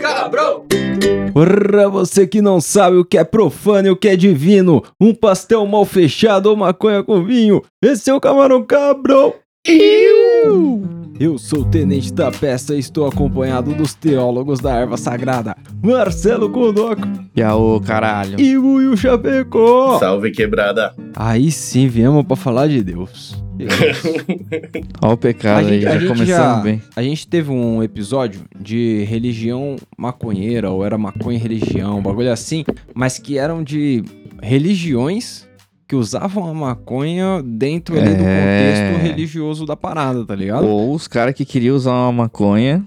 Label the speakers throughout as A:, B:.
A: Cabrão!
B: Pra você que não sabe o que é profano e o que é divino, um pastel mal fechado ou maconha com vinho, esse é o Camarão Cabrão! Eu sou o Tenente da Peça e estou acompanhado dos teólogos da erva sagrada, Marcelo Godoco
C: E aô, caralho.
B: e Will Chapecó!
A: Salve quebrada!
B: Aí sim, viemos pra falar de Deus.
C: Ó o
B: A
C: pecado aí,
B: gente- a
C: já
B: gente
C: começamos
B: já-
C: bem.
B: A gente teve um episódio de religião maconheira, ou era maconha e religião, um bagulho assim, mas que eram de religiões que usavam a maconha dentro ali do
C: É.
B: contexto religioso da parada, tá ligado?
C: Ou os caras que queriam usar uma maconha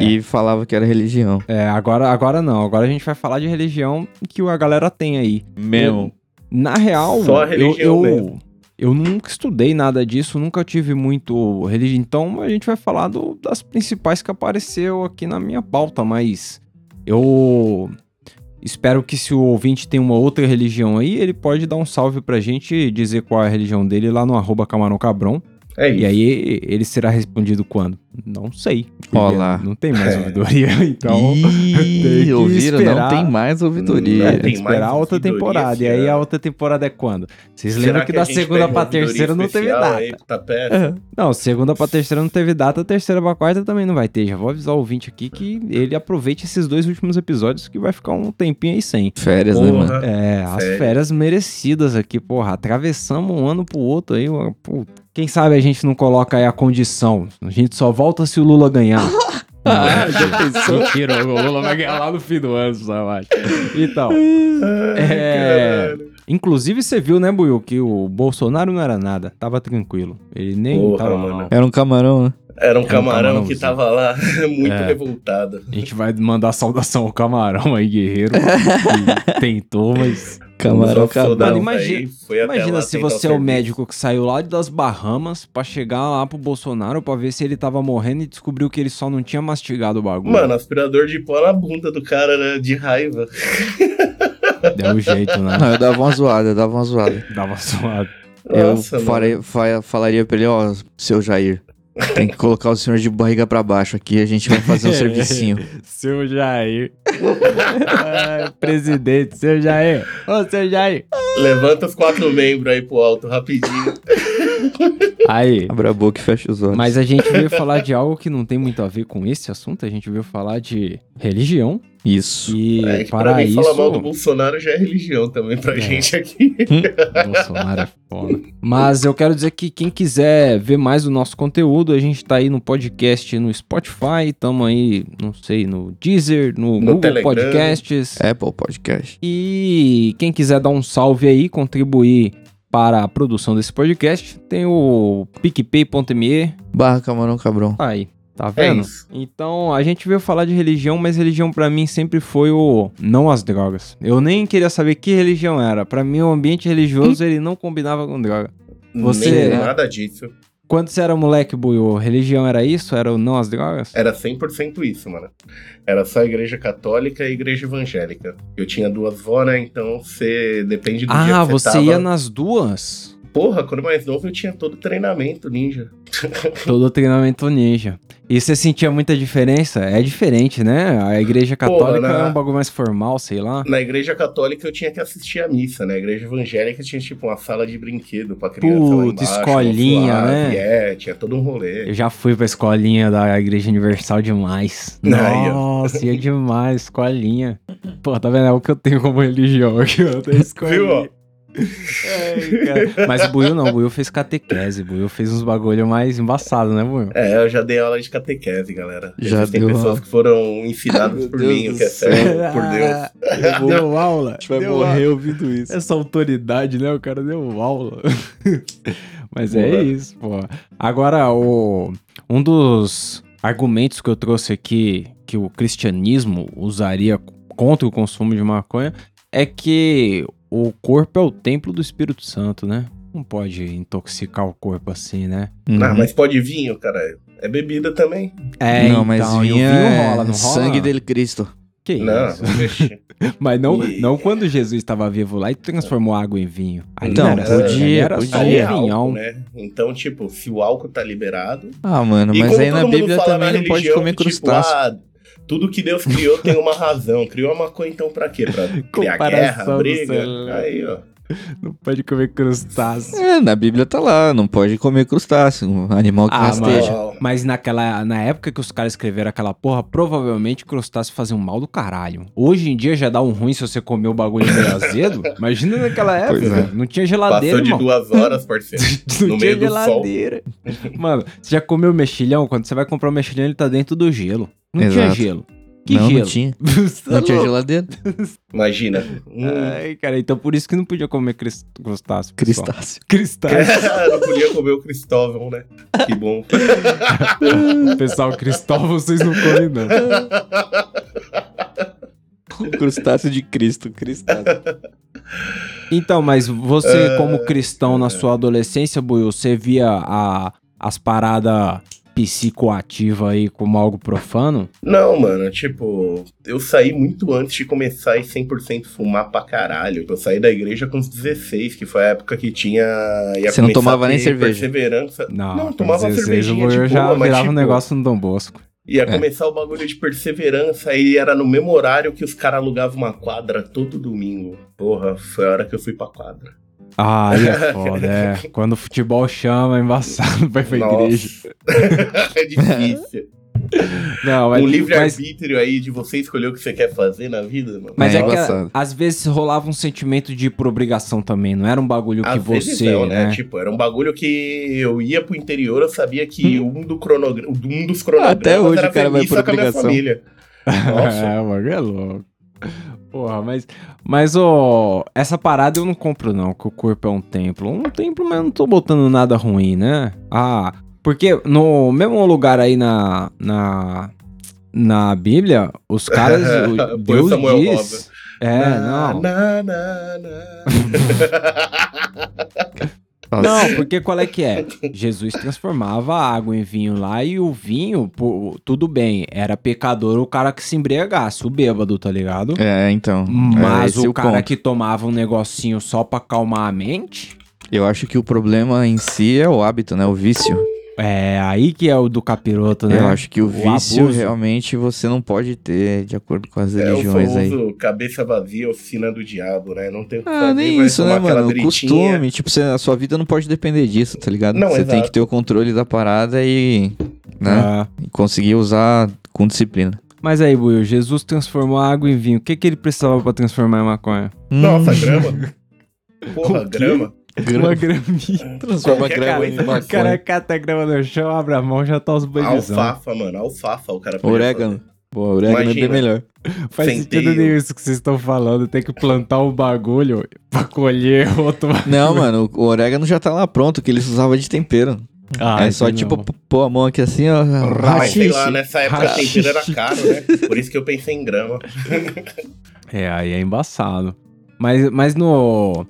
C: e falavam que era religião.
B: É, agora, agora não, agora a gente vai falar de religião que a galera tem aí.
C: Meu.
B: Na real,
A: Só a
B: eu,
A: religião
B: eu,
A: mesmo.
B: eu nunca estudei nada disso, nunca tive muito religião. Então a gente vai falar do- das principais que apareceu aqui na minha pauta, mas eu espero que se o ouvinte tem uma outra religião aí, ele pode dar um salve pra gente e dizer qual é a religião dele lá no arroba Camarão Cabrão.
A: É
B: E
A: isso.
B: aí ele será respondido quando? Não sei. porque
C: Olá.
B: Não tem mais
A: É.
B: ouvidoria, então. tem que
C: Ih, ouviram?
B: esperar. Hum,
C: Não tem mais
A: É,
C: ouvidoria.
A: tem mais
B: esperar a outra
A: ouvidoria
B: temporada.
A: esse
B: E aí a
A: ano.
B: outra temporada é quando? Vocês
A: Será
B: lembram que,
A: a
B: da
A: gente
B: segunda
A: pede
B: pra
A: uma ouvidoria
B: terceira não teve
A: especial é?
B: data.
A: aí Tá pra peça?
B: Não, segunda pra terceira não teve data, terceira pra quarta também não vai ter. Já vou avisar o ouvinte aqui que ele aproveite esses dois últimos episódios que vai ficar um tempinho aí sem.
C: Férias, né, mano?
A: Porra.
B: É, as
A: Sério?
B: férias merecidas aqui, porra. Atravessamos um ano pro outro aí. ó, pô. Quem sabe a gente não coloca aí a condição. A gente só volta se o Lula ganhar.
C: Ah, já pensou?
B: Mentira, o Lula vai ganhar lá no fim do ano, só acho. Então, é,
A: caralho.
B: Inclusive, você viu, né, Buiu, que o Bolsonaro não era nada. Tava tranquilo. Ele nem
A: Porra,
B: tava
A: mano.
B: mal.
C: Era um camarão, né?
A: Era um
B: um
A: camarão
B: camarãozinho.
A: que tava lá, muito
B: É.
A: revoltado.
B: A gente vai mandar saudação ao camarão aí, guerreiro. que tentou, mas.
C: Camarão
A: Usou sodão
C: cabrão.
B: Mano, imagina-
A: daí, foi até
B: Imagina
A: lá
B: se
A: tentar
B: você é o
A: serviço.
B: médico que saiu lá das Bahamas pra chegar lá pro Bolsonaro pra ver se ele tava morrendo e descobriu que ele só não tinha mastigado o bagulho.
A: Mano, aspirador de pó na bunda do cara, né? De raiva.
B: Deu um jeito, né?
C: Não, eu dava uma zoada, eu dava uma zoada.
B: Dava suado.
A: Nossa,
C: eu
A: mano.
C: farei- fa- falaria pra ele, ó, seu Jair, tem que colocar o senhor de barriga pra baixo aqui, a gente vai fazer um servicinho.
B: Seu Jair. Ai, presidente, seu Jair. Ô, seu Jair.
A: Levanta os quatro membros aí pro alto, rapidinho.
B: Aí.
C: Abra a boca e fecha os olhos.
B: Mas a gente veio falar de algo que não tem muito a ver com esse assunto, a gente veio falar de religião.
C: Isso.
B: E
A: É que pra
B: para
A: mim,
B: isso.
A: falar mal do Bolsonaro já é religião também pra
B: É.
A: gente aqui.
B: Bolsonaro é foda. Mas eu quero dizer que quem quiser ver mais do nosso conteúdo, a gente tá aí no podcast no Spotify, tamo aí, não sei, no Deezer, no, Google
A: Telegram.
B: Podcasts.
C: Apple Podcast.
B: E quem quiser dar um salve aí, contribuir para a produção desse podcast, tem o picpay.me
C: Barra Camarão Cabrão.
B: Tá Aí, tá
A: É
B: vendo?
A: isso.
B: Então, a gente veio falar de religião, mas religião pra mim sempre foi o não as drogas. Eu nem queria saber que religião era. Pra mim, o ambiente religioso ele não combinava com droga. Você- é.
A: Nem nada disso.
B: Quando você era um moleque, Buiu, religião era isso? Era o não as drogas?
A: Era 100% isso, mano. Era só igreja católica e igreja evangélica. Eu tinha duas vó, né? Então você depende do dia
B: ah,
A: que
B: você
A: você tava.
B: ia nas duas?
A: Porra, quando mais novo eu tinha todo treinamento ninja.
B: Todo treinamento ninja. E você sentia muita diferença? É diferente, né? A igreja
A: Porra,
B: católica
A: né?
B: é um bagulho mais formal, sei lá.
A: Na igreja católica eu tinha que assistir a missa, né? A igreja evangélica tinha tipo uma sala de brinquedo pra criança lá
B: Puta,
A: embaixo,
B: escolinha,
A: uma suave,
B: né?
A: É, tinha todo um rolê.
B: Eu já fui pra escolinha da Igreja Universal demais.
A: Aí, ó.
B: Nossa, ia demais, escolinha. Pô, tá vendo? É o que eu tenho como religião aqui, ó, da
A: Viu, ó?
B: escolinha. Ai, cara. Mas o Buiu não, o Buiu fez catequese, o Buiu fez uns bagulho mais embaçado, né, Buiu?
A: É, eu já dei aula de catequese, galera.
C: Já
A: Existem
C: deu
A: pessoas
C: aula.
A: que foram ensinadas
C: Meu
A: por
C: Deus
A: mim, o
C: do
A: que é certo, por Deus.
C: Eu vou-
B: Deu aula.
C: A gente vai
B: deu
C: morrer
B: aula.
C: ouvindo isso.
B: Essa autoridade, né? O cara deu aula. Mas é
A: Porra.
B: isso, pô. Agora, o... um dos argumentos que eu trouxe aqui que o cristianismo usaria contra o consumo de maconha é que o corpo é o templo do Espírito Santo, né? Não pode intoxicar o corpo assim, né?
A: Ah,
C: Uhum.
A: mas pode vinho, caralho. É bebida também.
B: É,
C: não, mas
B: então, e o
C: vinho, é
B: rola, não rola?
C: sangue dele Cristo.
B: Que
A: Não,
B: isso?
A: mexi.
B: Mas não,
A: E-
B: não quando Jesus estava vivo lá e transformou água em vinho. Ali
C: Então,
B: não era cerveja,
C: podia,
B: ali era só
A: Ali é
C: podia.
B: um vinhão.
A: álcool, né? Então, tipo, se o álcool tá liberado.
C: Ah, mano,
A: e
C: mas
A: como
C: aí
A: todo
C: na
A: mundo
C: Bíblia
A: fala
C: também
A: na
C: não pode
A: religião
C: comer
A: que, tipo,
C: crustáceo.
A: ah, tudo que Deus criou tem uma razão. Criou a maconha, então, pra quê? Pra criar
B: Comparação
A: guerra,
B: do
A: briga?
B: celular.
A: Aí, ó.
B: Não pode comer
A: ah,
B: crustáceo.
C: É, na Bíblia tá lá, não pode comer crustáceo, um animal que
B: Ah,
C: rasteja.
A: Ó,
B: Mas naquela, na época que os caras escreveram aquela porra, provavelmente crustáceo fazia um mal do caralho. Hoje em dia já dá um ruim se você comer o bagulho meio azedo. Imagina naquela época,
C: Pois é.
B: velho. não tinha
A: Passou
B: geladeira,
A: de
B: irmão.
A: duas horas, parceiro.
B: Não
A: no
B: tinha
A: meio do sol.
B: geladeira. Mano, você já comeu mexilhão? Quando você vai comprar o mexilhão, ele tá dentro do gelo. Não tinha
C: Exato.
B: gelo. Que
C: não,
B: gelo?
C: não tinha.
A: Tá
B: Você
C: Não
B: é
C: tinha
B: louco.
C: geladeira.
A: Imagina. Hum,
B: Ai, cara, então por isso que não podia comer cris- crustáceo. pessoal.
C: Crustáceo.
B: Cristáceo.
A: não podia comer o Cristóvão, né? Que bom.
B: Pessoal, cristal vocês não comem, não.
C: crustáceo de Cristo, crustáceo.
B: Então, mas você,
A: É.
B: como cristão na sua adolescência, Buiu, você via a- as paradas psicoativas aí como algo profano?
A: Não, mano, tipo, eu saí muito antes de começar a 100% fumar pra caralho. Eu saí da igreja com uns 16, que foi a época que tinha. ia
C: Você não
A: começar
C: tomava
A: a
C: nem
A: ter
C: cerveja?
A: Perseverança.
B: Não,
A: Não,
B: com
A: tomava uma
B: 16 o
A: cervejinha
B: Buiu
A: de
B: já
A: boa, mas,
B: virava um
A: tipo,
B: negócio no Dom Bosco.
A: Ia
C: É.
A: começar o bagulho de perseverança e era no mesmo horário que os caras alugavam uma quadra todo domingo. Porra, foi a hora que eu fui pra quadra.
B: Ah, aí é foda, é. Quando o futebol chama, é embaçado vai pra igreja.
A: é difícil.
B: Não, mas,
A: um
B: mas,
A: livre-arbítrio aí de você escolher o que você quer fazer na vida, mano.
B: mas é,
C: É
B: que
C: embaçado.
B: às vezes rolava um sentimento de ir por obrigação também, não era um bagulho que
A: Às vezes
B: você,
A: não,
B: né?
A: Tipo, era um bagulho que eu ia pro interior, eu sabia que um, do cronogra- um dos cronogramas
C: Hum. Até hoje
A: era
C: o cara vai
A: premissa
C: por
A: com a minha
C: obrigação.
A: família. Nossa.
B: É, o bagulho é louco. Porra, mas. Mas, ó, essa parada eu não compro, não, que o corpo é um templo. Um templo, mas eu não tô botando nada ruim, né? Ah, porque no mesmo lugar aí na. na na Bíblia, os caras. o-
A: Põe
B: Deus
A: Samuel
B: diz. É,
A: Na,
B: não.
A: na, na, na.
B: Não, porque qual é que é? Jesus transformava a água em vinho lá e o vinho, pô, tudo bem, era pecador o cara que se embriagasse, o bêbado, tá ligado?
C: É, então. é,
B: Mas
C: esse
B: o
C: eu
B: cara
C: compro.
B: que tomava um negocinho só pra acalmar a mente,
C: Eu acho que o problema em si é o hábito, né? O vício.
B: é aí que é o do capiroto, né?
C: Eu acho que o,
B: O
C: vício
B: abuso.
C: realmente você não pode ter, de acordo com as
A: É o
C: religiões aí.
A: famoso cabeça vazia, oficina do diabo, né? Não tem o que
C: Ah,
A: fazer,
C: nem
A: vai
C: isso,
A: tomar
C: né,
A: aquela
C: mano? O
A: britinha.
C: costume, tipo, você- a sua vida não pode depender disso, tá ligado?
A: Não,
C: você tem
A: exato.
C: que ter o controle da parada e, né,
B: Ah,
C: e conseguir usar com disciplina.
B: mas aí, Will, Jesus transformou a água em vinho. O que, que ele precisava pra transformar em maconha?
A: Nossa,
C: Hum,
A: grama. Porra,
B: O quê?
A: grama.
B: Uma graminha.
C: Transforma
A: Qualquer grama em coisa.
B: O cara cata a grama no chão, abre a mão, já tá os banhizão.
A: Alfafa, mano. Alfafa, o cara
C: Orégano. Pô, orégano é
A: Imagina.
C: bem melhor.
B: Faz sentido
A: centeio.
B: nenhum isso que vocês estão falando. Tem que plantar um bagulho pra colher outro.
C: Não, mano, o orégano já tá lá pronto, que eles usavam de tempero.
B: Ah,
C: é só,
B: então
C: tipo,
B: não.
C: p- pôr a mão aqui assim, ó.
A: Mas Ah, sei lá, né?
C: rachixe.
A: nessa época
B: Rachixe.
A: tempero era caro, né? Por isso que eu pensei em grama.
B: É, aí é embaçado. Mas, mas no.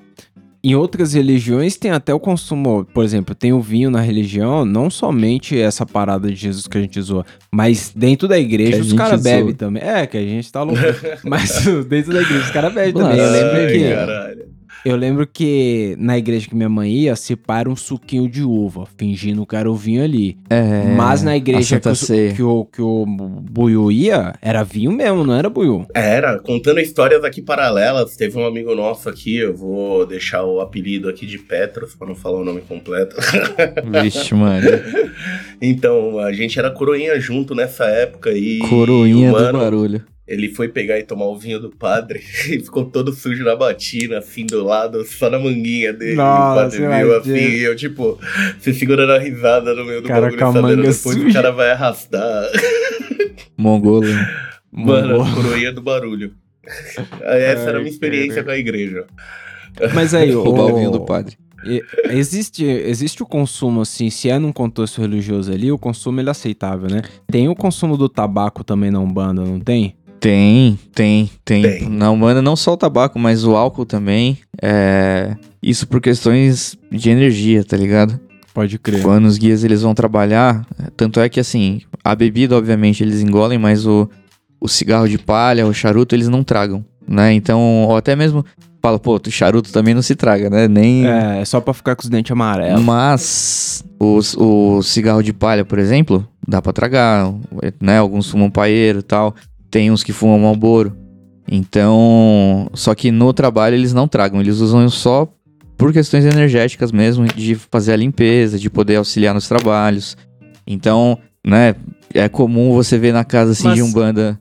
B: Em outras religiões tem até o consumo. Por exemplo, tem o vinho na religião, não somente essa parada de Jesus que a gente zoa, mas dentro da igreja
C: Que a
B: os
C: gente
B: caras
C: zoa.
B: bebem também. É, que a gente tá louco. mas dentro da igreja os caras bebem também. Eu
C: Nossa,
B: lembro,
A: Ai,
B: que,
A: caralho.
B: eu lembro que na igreja que minha mãe ia, separa um suquinho de uva, fingindo que era o vinho ali.
C: É,
B: mas na igreja
C: a
B: que
C: Santa
B: o,
C: Ceia.
B: que, o, que o Buiú ia, era vinho mesmo, não era Buiú.
A: É, Era, contando histórias aqui paralelas, teve um amigo nosso aqui, eu vou deixar o apelido aqui de Petros, pra não falar o nome completo.
C: Vixe, mano.
A: Então, a gente era coroinha junto nessa época e.
C: Coroinha
A: o
C: do
A: mano,
C: barulho.
A: Ele foi pegar e tomar o vinho do padre e ficou todo sujo na batina, assim, do lado, só na manguinha dele.
B: Nossa,
A: e o padre viu, assim,
B: imagina.
A: e eu, tipo, se segurando a risada no meio do
B: Cara,
A: bagulho,
B: com a
A: sabendo
B: manga
A: depois
B: suja.
A: o cara vai arrastar.
C: Mongolo. hein?
A: Mano,
B: Mongol.
A: coroinha do barulho. Essa
B: Ai,
A: era a minha experiência
B: cara.
A: com a igreja.
B: Mas aí, ô-
C: Roubar o vinho do padre.
B: e- Existe, existe o consumo, assim, se é num contexto religioso ali, o consumo ele é aceitável, né? Tem o consumo do tabaco também na Umbanda, não tem?
C: Tem, tem, tem.
A: Tem.
C: Na Umbanda não só o tabaco, mas o álcool também. É... Isso por questões de energia, tá ligado?
B: Pode crer.
C: Quando os guias eles vão trabalhar, tanto é que assim, a bebida obviamente eles engolem, mas o, o o cigarro de palha, o charuto, eles não tragam, né? Então, ou até mesmo fala, pô, o charuto também não se traga, né? Nem.
B: É, é só pra ficar com os dentes amarelos.
C: Mas os- o, cigarro de palha, por exemplo, dá pra tragar, né? Alguns fumam paeiro e tal. Tem uns que fumam malboro. Então, só que no trabalho eles não tragam, eles usam só por questões energéticas mesmo, de fazer a limpeza, de poder auxiliar nos trabalhos. Então, né, é comum você ver na casa assim
B: Mas-
C: de um banda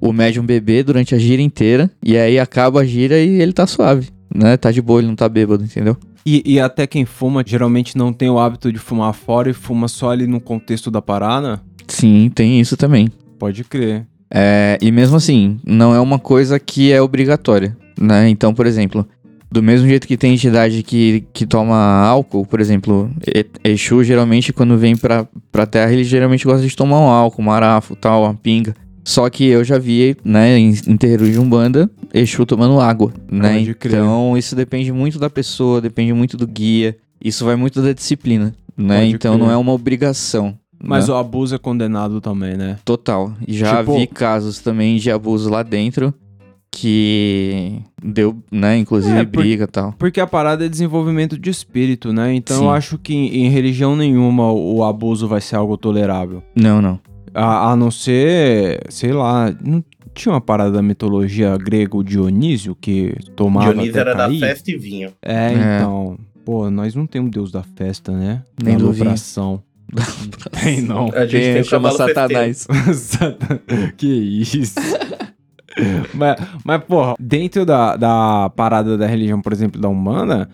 C: o médium beber durante a gira inteira e aí acaba a gira e ele tá suave, né? Tá de boa, ele não tá bêbado, entendeu?
B: E, e até quem fuma geralmente não tem o hábito de fumar fora e fuma só ali no contexto da parada.
C: Sim, tem isso também.
B: Pode crer.
C: É, e mesmo assim, não é uma coisa que é obrigatória, né? Então, por exemplo, do mesmo jeito que tem entidade que, que toma álcool, por exemplo, E- Exu geralmente quando vem pra, pra terra, ele geralmente gosta de tomar um álcool, marafo, tal, uma pinga. Só que eu já vi, né, em em terreiro de Umbanda, Exu tomando água, né?
B: Pode crer.
C: Então, isso depende muito da pessoa, depende muito do guia. Isso vai muito da disciplina, né?
B: Pode
C: então,
B: crer.
C: não é uma obrigação. né?
B: Mas o abuso é condenado também, né?
C: Total. E Já
B: Tipo-
C: vi casos também de abuso lá dentro que deu, né, inclusive
B: É, por-
C: briga e tal.
B: Porque a parada é desenvolvimento de espírito, né? Então
C: Sim.
B: eu acho que em, em religião nenhuma o o abuso vai ser algo tolerável.
C: Não, não.
B: A, a não ser, sei lá, não tinha uma parada da mitologia grega, o Dionísio, que tomava.
A: Dionísio
B: até
A: era da
B: cair?
A: festa e vinho.
B: É,
C: É.
B: então. Pô, nós não temos deus da festa, né?
C: Nem
B: da
C: do vinho.
B: alopração. Tem não.
A: A gente tem o
C: É, chama
A: cavalo
C: Satanás.
B: Satan- que isso. mas, mas, porra, dentro da, da parada da religião, por exemplo, da humana,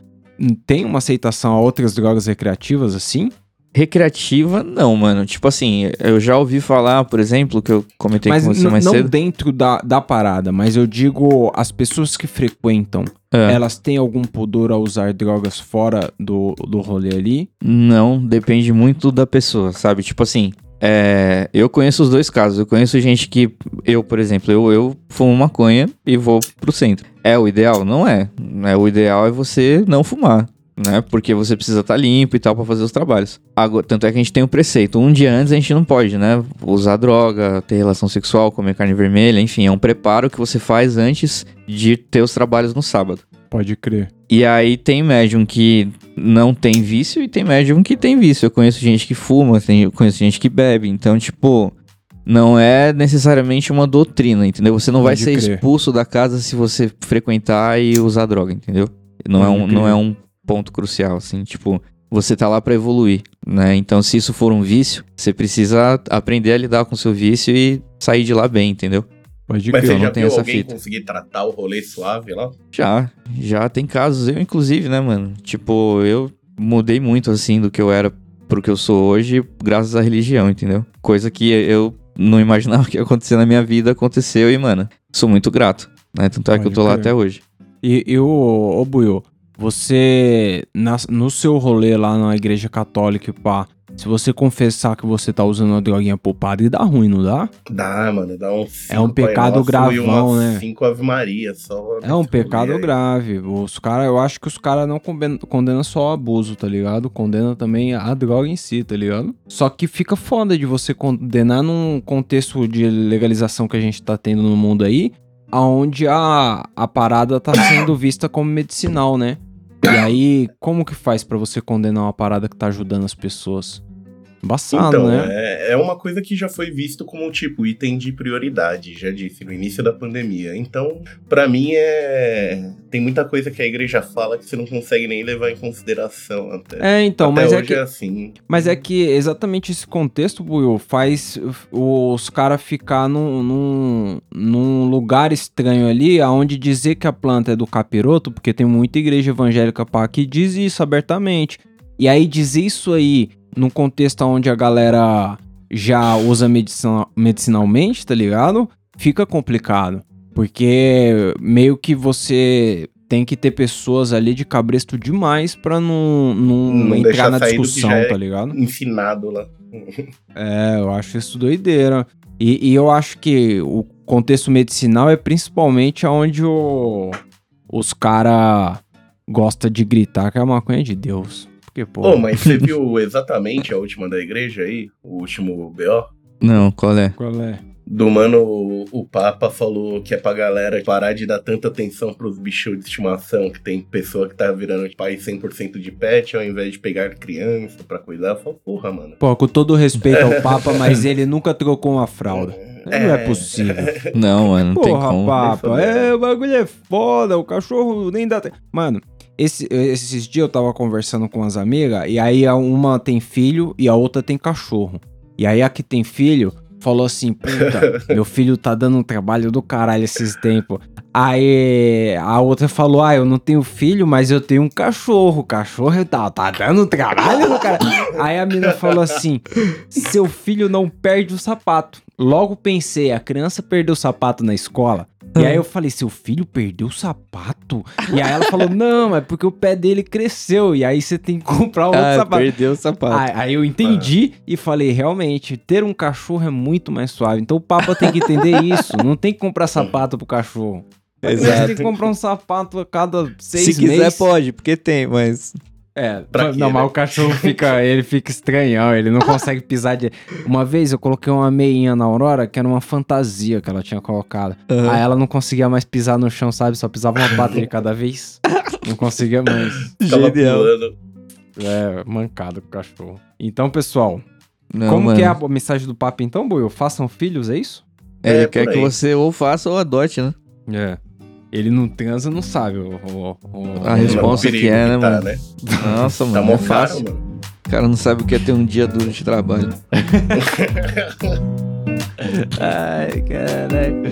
B: tem uma aceitação a outras drogas recreativas assim?
C: Recreativa, não, mano. Tipo assim, eu já ouvi falar, por exemplo, que eu comentei
B: mas
C: com você
B: n-
C: mais
B: não
C: cedo.
B: dentro da, da parada, mas eu digo as pessoas que frequentam,
C: É.
B: elas têm algum pudor a usar drogas fora do, do rolê ali?
C: Não, depende muito da pessoa, sabe? Tipo assim, é, eu conheço os dois casos. Eu conheço gente que, eu, por exemplo, eu, eu fumo maconha e vou pro centro. É o ideal? Não é. né? O ideal é você não fumar, né? Porque você precisa estar limpo e tal pra fazer os trabalhos. Agora, tanto é que a gente tem o preceito. Um dia antes a gente não pode, né? Usar droga, ter relação sexual, comer carne vermelha, enfim, é um preparo que você faz antes de ter os trabalhos no sábado.
B: Pode crer.
C: E aí tem médium que não tem vício e tem médium que tem vício. Eu conheço gente que fuma, tem- eu conheço gente que bebe. Então, tipo, não é necessariamente uma doutrina, entendeu? Você não vai
B: Pode
C: ser
B: crer.
C: expulso da casa se você frequentar e usar droga, entendeu? Não é,
B: Pode
C: um,
B: crer.
C: não é um ponto crucial, assim, tipo, você tá lá pra evoluir, né? Então, se isso for um vício, você precisa aprender a lidar com o seu vício e sair de lá bem, entendeu?
B: Pode
A: Mas
B: crer.
A: você
C: eu
A: já
C: não tenho
A: viu
C: essa
A: alguém
C: fita.
A: conseguir tratar o rolê suave lá?
C: Já, já tem casos, eu inclusive, né, mano? Tipo, eu mudei muito assim do que eu era pro que eu sou hoje, graças à religião, entendeu? Coisa que eu não imaginava que ia acontecer na minha vida, aconteceu e, mano, sou muito grato, né? Tanto é que eu
B: Pode
C: tô lá
B: crer.
C: até hoje.
B: E, e o, ô Buiu, você, na- no seu rolê lá na igreja católica, e pá, se você confessar que você tá usando uma droguinha poupada, dá ruim, não dá?
A: Dá, mano, dá um
B: É um
A: cinco Pai
B: pecado
A: Nosso e
B: gravão,
A: umas
B: né?
A: Cinco Ave Maria só. né?
B: É um
A: nesse rolê
B: pecado
A: aí.
B: grave. Os cara, eu acho que os caras não condenam condena só o abuso, tá ligado? Condena também a droga em si, tá ligado? Só que fica foda de você condenar num contexto de legalização que a gente tá tendo no mundo aí, aonde a, a parada tá sendo vista como medicinal, né? E aí, como que faz pra você condenar uma parada que tá ajudando as pessoas? Embaçado,
A: Então,
B: né?
A: é, é uma coisa que já foi visto como tipo item de prioridade, já disse, no início da pandemia. Então, pra mim é. Tem muita coisa que a igreja fala que você não consegue nem levar em consideração até.
B: É, então,
A: até
B: mas
A: hoje
B: é que.
A: assim.
B: Mas é que exatamente esse contexto, Buiu, faz os caras ficar num, num, num lugar estranho ali, aonde dizer que a planta é do capiroto, porque tem muita igreja evangélica pá, que diz isso abertamente. E aí dizer isso aí num contexto onde a galera já usa medicina- medicinalmente, tá ligado? Fica complicado. Porque meio que você tem que ter pessoas ali de cabresto demais pra não, não,
A: Não
B: entrar
A: deixar
B: na
A: sair do que
B: discussão,
A: já é
B: tá ligado?
A: Ensinado lá.
B: É, eu acho isso doideira. E, e eu acho que o contexto medicinal é principalmente onde o- os cara gosta de gritar que a maconha é de Deus. Porque, pô,
A: Pô, mas você viu exatamente a última da igreja aí? O último BO?
C: Não, qual é?
B: qual é?
A: do mano, o, o Papa falou que é pra galera parar de dar tanta atenção pros bichos de estimação, que tem pessoa que tá virando pai 100% de pet, ao invés de pegar criança pra cuidar. Eu falo, porra, mano.
B: Pô, com todo respeito ao Papa, mas ele nunca trocou uma fralda. Não é possível.
C: Não, mano, né? não tem
B: Porra,
C: como.
B: papa,
A: Nem fodendo.
B: é, o bagulho é foda, o cachorro nem dá. te- Mano, esse- esses dias eu tava conversando com as amigas, e aí a uma tem filho e a outra tem cachorro. E aí a que tem filho falou assim: puta, meu filho tá dando um trabalho do caralho esses tempos. Aí a outra falou: ah, eu não tenho filho, mas eu tenho um cachorro. O cachorro tá, tá dando trabalho do caralho. Aí a menina falou assim: seu filho não perde o sapato. Logo pensei, a criança perdeu o sapato na escola. E aí eu falei, seu filho perdeu o sapato? E aí ela falou, não, é porque o pé dele cresceu. E aí você tem que comprar outro
C: Ah,
B: sapato.
C: perdeu o sapato.
B: Aí, aí eu entendi e falei, realmente, ter um cachorro é muito mais suave. Então o Papa tem que entender isso. Não tem que comprar sapato pro cachorro. Você tem que comprar um sapato a cada seis
C: Se quiser,
B: meses.
C: pode, porque tem, mas.
B: É,
A: Pra
B: mas-
A: quê,
B: não, mas
A: né?
B: o cachorro fica, ele fica estranhão, ele não consegue pisar de... Uma vez eu coloquei uma meinha na Aurora, que era uma fantasia que ela tinha colocado.
C: Aham.
B: Aí ela não conseguia mais pisar no chão, sabe? Só pisava uma pata de cada vez. Não conseguia mais.
A: Tava
C: Genial.
A: pulando.
B: É, mancado com o cachorro. Então, pessoal,
C: Não,
B: como que é
C: mano.
B: a mensagem do papo então, Buiu? Façam filhos, é isso?
C: Ele
A: É,
C: quer
A: por
C: que
A: aí.
C: você ou faça ou adote, né?
B: É. Ele não transa, não sabe. O, o- o-
C: A resposta
A: É o perigo
C: que é, né,
A: tá,
C: mano?
A: né?
C: Nossa,
A: Tá
C: mano.
A: mó
C: é
A: caro,
C: fácil.
A: mano.
C: O cara não sabe o que é ter um dia duro de trabalho.
B: Ai, caraca.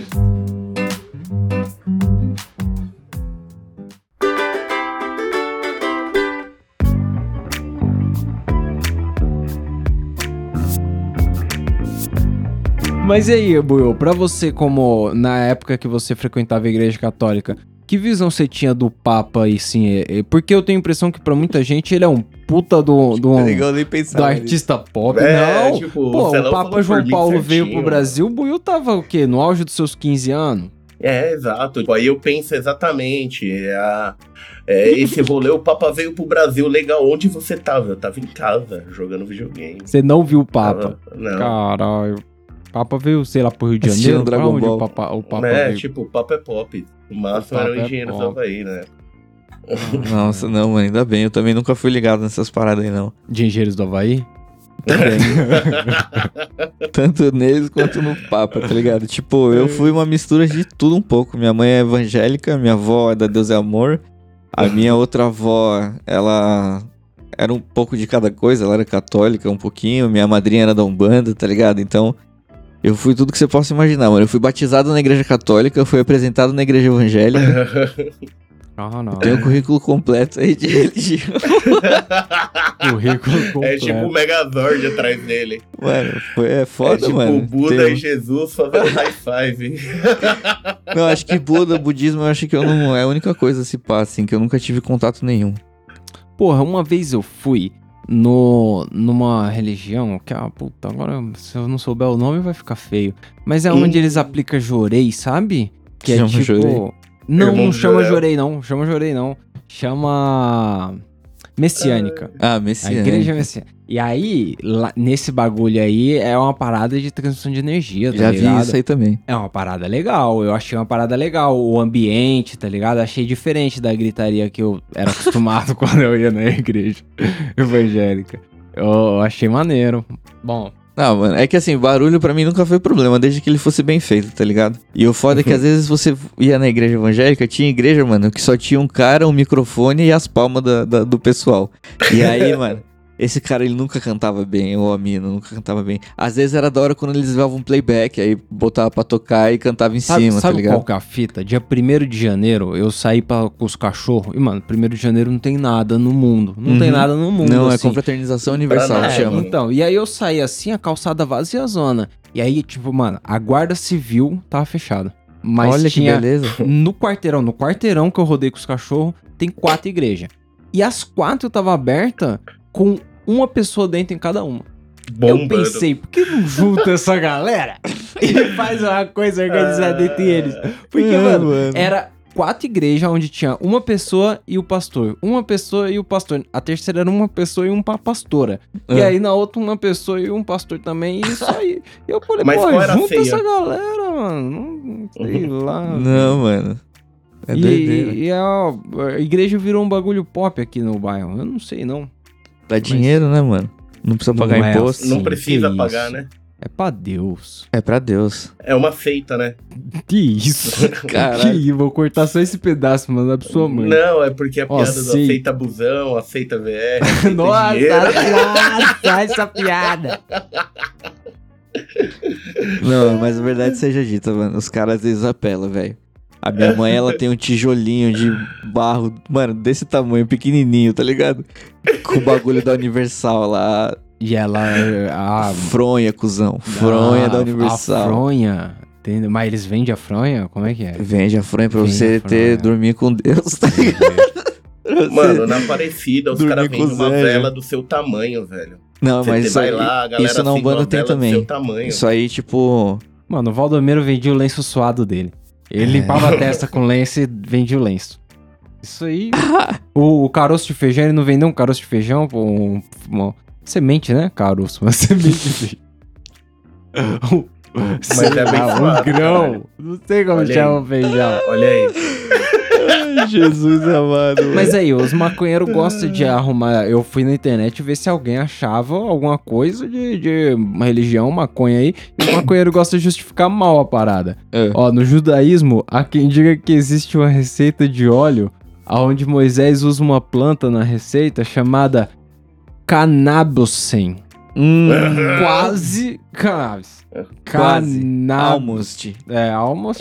B: Mas e aí, Buiu, pra você, como na época que você frequentava a igreja católica, que visão você tinha do Papa e sim? é- é- Porque eu tenho a impressão que pra muita gente ele é um puta do, do,
C: É legal nem pensar.
B: do
C: nisso.
B: artista pop.
A: Tá É,
B: não,
A: tipo,
B: Pô,
A: Celão
B: o
A: falou
B: Papa
A: por
B: João
A: mim
B: Paulo veio
A: certinho. né?
B: pro Brasil, o Buiu tava o quê? No auge dos seus 15 anos?
A: É, exato. Tipo, Aí eu penso exatamente. É a, é esse rolê, o Papa veio pro Brasil, legal. Onde você tava? Eu tava em casa, jogando videogame.
B: Você não viu o Papa.
A: Tava- Não.
B: Caralho. O Papa veio, sei lá, pro Rio de
C: Assistindo
B: Janeiro. pra
C: Dragon
B: onde
C: Ball.
B: o Papa, o Papa
A: é,
B: veio?
A: tipo, o Papa é pop. O
B: O
A: máximo era o
B: Papa é
A: engenheiro
B: pop.
A: do Havaí, né?
B: Ah,
C: Nossa, não, mano, ainda bem. Eu também nunca fui ligado nessas paradas aí, não.
B: De Engenheiros do Havaí?
C: Tanto neles quanto no Papa, tá ligado? Tipo, eu fui uma mistura de tudo um pouco. Minha mãe é evangélica, minha avó é da Deus é Amor. A minha outra avó, ela era um pouco de cada coisa. Ela era católica um pouquinho. Minha madrinha era da Umbanda, tá ligado? Então, eu fui tudo que você possa imaginar, mano. Eu fui batizado na igreja católica, eu fui apresentado na igreja evangélica.
B: Caralho.
C: Tem o currículo completo aí de religião. um
B: currículo completo.
A: é tipo o Megazord atrás dele.
C: Mano, foi, é
A: é
C: foda,
A: tipo
C: mano.
A: o Buda
C: Tem- um-
A: e Jesus fazendo high five.
C: Não, acho que Buda, budismo, eu acho que eu não. É a única coisa se pá, assim, que eu nunca tive contato nenhum.
B: Porra, uma vez eu fui no, numa religião que, ah, puta, agora se eu não souber o nome vai ficar feio. Mas é
A: Hum.
B: onde eles aplicam jorei, sabe? Que é
C: Chama
B: tipo.
C: jorei.
B: Não,
A: Irmão
B: não chama
A: Jorel.
B: jorei, não. Chama jorei, não. Chama. Messiânica.
C: Ah,
B: A
C: Messias.
B: igreja messiânica. E aí, lá- nesse bagulho aí, é uma parada de transmissão de energia, tá
C: Já vi
B: ligado?
C: isso aí também.
B: É uma parada legal, eu achei uma parada legal. O ambiente, tá ligado? Achei diferente da gritaria que eu era acostumado quando eu ia na igreja evangélica. Eu achei maneiro. Bom,
C: Não, mano, é que assim, barulho pra mim nunca foi problema, desde que ele fosse bem feito, tá ligado? E o foda é
B: Uhum.
C: que às vezes você ia na igreja evangélica, tinha igreja, mano, que só tinha um cara, um microfone e as palmas da- da- do pessoal. E aí, mano, esse cara ele nunca cantava bem, ou a mina nunca cantava bem. Às vezes era da hora quando eles levavam um playback, aí botava pra tocar e cantava em
B: sabe,
C: cima,
B: sabe
C: tá ligado?
B: qual que é a fita? Dia 1 de janeiro eu saí pra, com os cachorros. E, mano, 1 de janeiro não tem nada no mundo. Não tem
C: Uhum.
B: nada no mundo.
C: Não, é
B: assim.
C: confraternização universal,
A: nada,
C: chama.
A: mano.
B: Então, e aí eu saí assim, a calçada vazia zona. E aí, tipo, mano, a guarda civil tava fechada. Mas
C: Olha que
B: tinha
C: beleza.
B: no quarteirão, no quarteirão que eu rodei com os cachorros, tem quatro igrejas. E as quatro tava aberta com uma pessoa dentro em cada uma. Eu
A: Bombando.
B: pensei, por que não junta essa
C: É.
A: Ah, É,
C: Uhum.
B: galera e faz uma coisa organizada entre eles? Porque, mano, era quatro igrejas onde tinha uma pessoa e o pastor, uma pessoa e o pastor. A terceira era uma pessoa e um pa- pastora. E
C: Ah.
B: aí na outra uma pessoa e um pastor também. E isso aí. E eu falei,
A: Mas
B: pô,
A: qual era a
B: junta
A: ceia?
B: essa galera, mano. Não sei lá.
C: Uhum. Não, mano. É doideira.
B: e, e a, a igreja virou um bagulho pop aqui no bairro. Eu não sei, não.
C: Dá dinheiro, né, mano? Não precisa
B: Não
C: pagar
B: é
C: imposto.
B: assim.
A: Não
B: que
A: precisa
B: isso.
A: pagar, né?
B: É pra Deus.
C: É pra Deus.
A: É uma seita, né?
B: Que isso?
C: Caralho.
B: Que, vou cortar só esse pedaço, mano, pra sua mãe.
A: Não, é porque a
B: Ó,
A: piada do
B: sei.
A: aceita busão, aceita VR, aceita
B: Nossa,
A: dinheiro.
B: nossa, essa piada.
C: Não, mas a verdade seja dita, mano. Os caras às vezes apelam, velho. A minha mãe, ela tem um tijolinho de barro, mano, desse tamanho, pequenininho, tá ligado? Com o bagulho da Universal lá.
B: E ela. é,
C: Ah,
B: A,
C: fronha, cuzão. Fronha
B: a-
C: da
B: Ah, A
C: Universal.
B: fronha. Entendeu? Mas eles vendem a fronha? Como é que é?
C: Vende a fronha pra
B: Vende
C: você
B: a fronha.
C: ter, dormir com Deus, tá ligado? Pra você-
A: Mano, na Aparecida, os
C: Dormir
A: caras
C: com
A: vendem
C: os
A: uma
C: velhos.
A: vela do seu tamanho, velho.
C: Não,
A: Você
C: mas isso
A: vai
C: aí,
A: lá, a galera
C: isso na
A: acende
C: Umbanda
A: uma
C: tem
A: vela do
C: também.
A: seu tamanho.
C: Isso aí, tipo.
B: Mano, o Valdomiro vendia o lenço suado dele. Ele
C: É.
B: limpava a testa com lenço e vendia o lenço. Isso aí. o, o caroço de feijão, ele não vendeu um caroço de feijão? pô, Um, uma semente, né? Caroço, uma semente de feijão.
A: Mas é bem
B: um
A: suado,
B: grão.
A: caralho.
B: Não sei como
A: Olha
B: chama o feijão.
A: Olha aí.
C: Jesus amado.
B: Mas aí, os maconheiros gostam de arrumar. Eu fui na internet ver se alguém achava alguma coisa de, de uma religião, maconha aí. E o maconheiro gosta de justificar mal a parada.
C: É.
B: Ó, no judaísmo, há quem diga que existe uma receita de óleo aonde Moisés usa uma planta na receita chamada cannabisen.
C: Hum,
B: Quase cannabis.
C: É, Quase.
B: Cannabis.
C: almost.
B: É, almoço.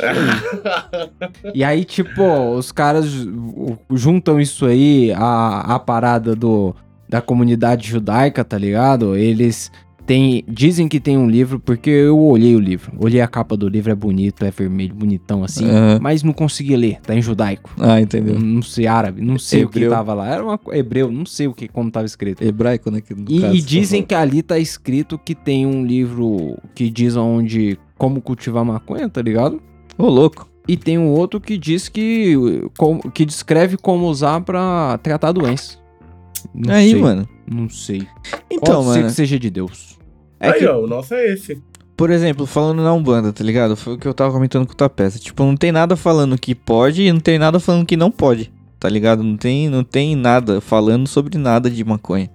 B: e aí, tipo, os caras ju- juntam isso aí à, à parada do, da comunidade judaica, tá ligado? Eles têm, dizem que tem um livro, porque eu olhei o livro. Olhei a capa do livro, é bonito, é vermelho, bonitão assim.
C: Aham.
B: Mas não consegui ler, tá em judaico.
C: Ah, É. entendeu.
B: Não sei árabe, não sei o que
C: Hebreu.
B: tava lá. Era uma co- hebreu, não sei o que, como tava escrito.
C: Hebraico, né? Que no
B: E,
C: caso.
B: e dizem que ali tá escrito que tem um livro que diz onde como cultivar maconha, tá ligado?
C: Ô, louco.
B: E tem um outro que diz que como- que descreve como usar pra tratar doença. Não
C: aí,
B: sei,
C: mano.
B: Não sei.
C: Então,
B: Pode ser
C: mano.
B: que seja de Deus.
C: É
A: aí,
C: que,
A: ó, o nosso é esse.
C: por exemplo, falando na Umbanda, tá ligado? Foi o que eu tava comentando com o Tapessa. Tipo, não tem nada falando que pode e não tem nada falando que não pode. Tá ligado? Não tem, não tem nada falando sobre nada de maconha.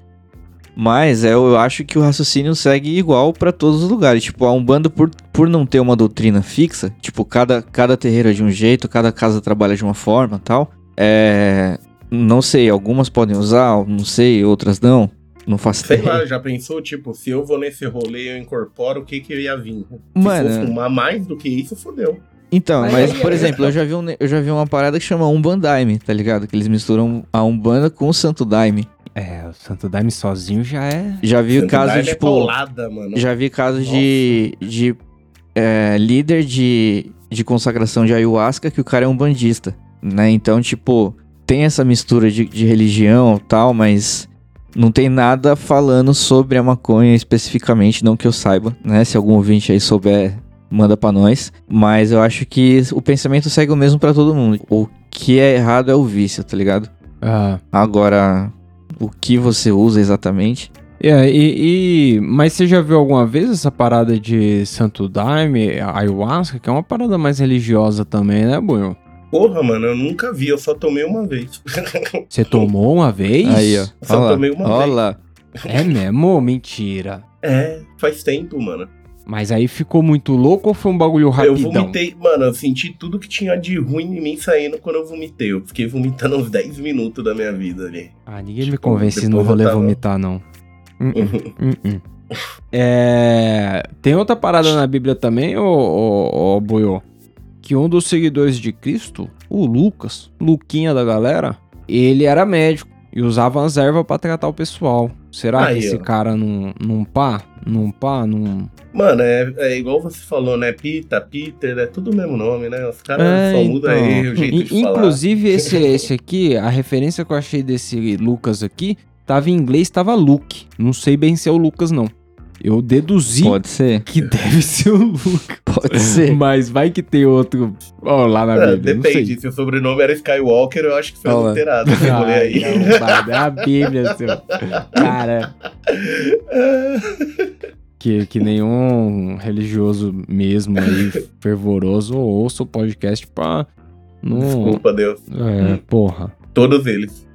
C: Mas é, eu acho que o raciocínio segue igual pra todos os lugares. Tipo, a Umbanda, por, por não ter uma doutrina fixa, tipo, cada, cada terreiro é de um jeito, cada casa trabalha de uma forma tal. É. Não sei, algumas podem usar, não sei, outras não. Não faço
A: Sei
C: ideia.
A: lá, já pensou? Tipo, se eu vou nesse rolê, eu incorporo, o que que eu ia vir?
C: Mano.
A: Se for fumar mais do que isso, fodeu.
C: Então,
B: Aí,
C: mas,
B: aí,
C: por
A: aí.
C: exemplo, eu já, vi um, ne- eu já vi uma parada que chama Umbandaime, tá ligado? Que eles misturam a Umbanda com o Santo Daime.
B: É, o Santo Daime sozinho já é.
C: Já vi
A: Santo
C: caso,
A: Daime é
C: tipo.
A: paulada, mano.
C: já vi casos de. de é, líder de, de consagração de ayahuasca que o cara é um bandista, né? Então, tipo, tem essa mistura de, de religião e tal, mas. Não tem nada falando sobre a maconha especificamente, não que eu saiba, né? Se algum ouvinte aí souber, manda pra nós. Mas eu acho que o pensamento segue o mesmo pra todo mundo. O que é errado é o vício, tá ligado?
B: Ah,
C: Agora, o que você usa exatamente?
B: é, e, e- Mas você já viu alguma vez essa parada de Santo Daime, a ayahuasca, que é uma parada mais religiosa também, né, Bunho?
A: Porra, mano, eu nunca vi, eu só tomei uma vez.
B: Você tomou uma vez?
C: Aí, ó.
A: Só
C: Olha
A: tomei
C: lá.
A: uma
C: Olha
A: vez.
C: lá.
B: É mesmo? Mentira.
A: É, faz tempo, mano.
B: Mas aí ficou muito louco ou foi um bagulho
A: Eu
B: rapidão?
A: vomitei, mano, eu senti tudo que tinha de ruim em mim saindo quando eu vomitei. Eu fiquei vomitando uns 10 minutos da minha vida ali.
B: ah, ninguém me
A: Tipo,
B: convence no
A: depois eu
B: rolê
A: tava-
B: vomitar, não. Hum, hum, hum. É, Tem outra parada na Bíblia também, ô, ô, ô Buiô, que um dos seguidores de Cristo, o Lucas, Luquinha da galera, ele era médico e usava as ervas pra tratar o pessoal. Será
A: Aí,
B: que esse
A: ó.
B: cara não, não pá? Não pá? Não...
A: Mano, é, é igual você falou, né? Pita, Peter, é tudo o mesmo nome, né? Os caras
B: É,
A: só mudam
B: então.
A: aí o jeito
B: In-
A: de falar.
B: Inclusive, esse, esse aqui, a referência que eu achei desse Lucas aqui, tava em inglês, tava Luke. Não sei bem se é o Lucas, não. Eu deduzi
C: Pode ser.
B: que deve ser o Luke.
C: Pode ser.
B: Mas vai que tem outro ó, lá na
A: Ah,
B: Bíblia. não sei.
A: depende, se o sobrenome era Skywalker, eu acho que foi
C: Olha lá.
A: adulterado esse rolê
B: Ai,
A: aí.
B: não, Bada, é a Bíblia, seu. Cara, que, que nenhum religioso mesmo aí, fervoroso, ouça o podcast pra. Não.
A: Desculpa, Deus.
B: É, porra.
A: Todos eles.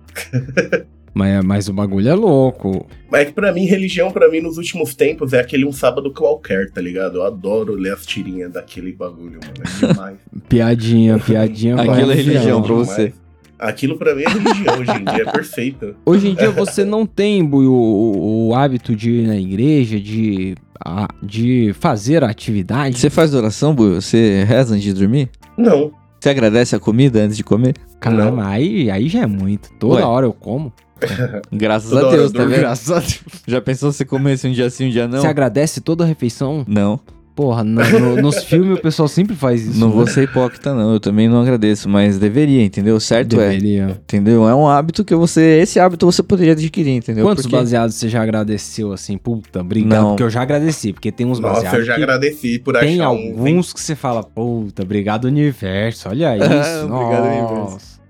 B: Mas, mas o bagulho é louco.
A: Mas pra mim, religião, pra mim, nos últimos tempos, é aquele um sábado qualquer, tá ligado? Eu adoro ler as tirinhas daquele bagulho, mano. É demais.
B: Piadinha, piadinha. com a
C: Aquilo é religião pra
A: Demais.
C: você.
A: Aquilo pra mim é religião hoje em dia, é perfeito.
B: Hoje em dia você não tem Bu, o, o- o hábito de ir na igreja, de, a- de fazer atividade.
C: Você faz oração, Buio? Você reza antes de dormir?
A: Não.
C: Você agradece a comida antes de comer?
B: Caramba, aí, aí já é muito. Toda
C: Ué.
B: hora eu como.
C: Graças
A: Toda
C: a
A: hora
C: Deus,
A: eu
C: tá
A: durmo.
C: vendo?
B: a Deus.
C: Já pensou se comesse um dia sim, um dia não?
B: Você agradece toda a refeição?
C: Não,
B: Porra, na- no- nos filmes o pessoal sempre faz isso.
C: não
B: né?
C: vou ser hipócrita não, eu também não agradeço, mas deveria, entendeu? Certo é,
B: Deveria.
C: entendeu? É um hábito que você, esse hábito você poderia adquirir, entendeu?
B: Quantos
C: Porque-
B: baseados você já agradeceu assim? Puta, obrigado.
C: Não.
B: Porque eu já agradeci, porque tem uns baseados.
A: Nossa, eu já
B: que
A: agradeci por achar
B: Tem
C: é
A: um-
B: alguns que você fala, puta, obrigado universo, olha isso.
C: Obrigado,
B: Nossa.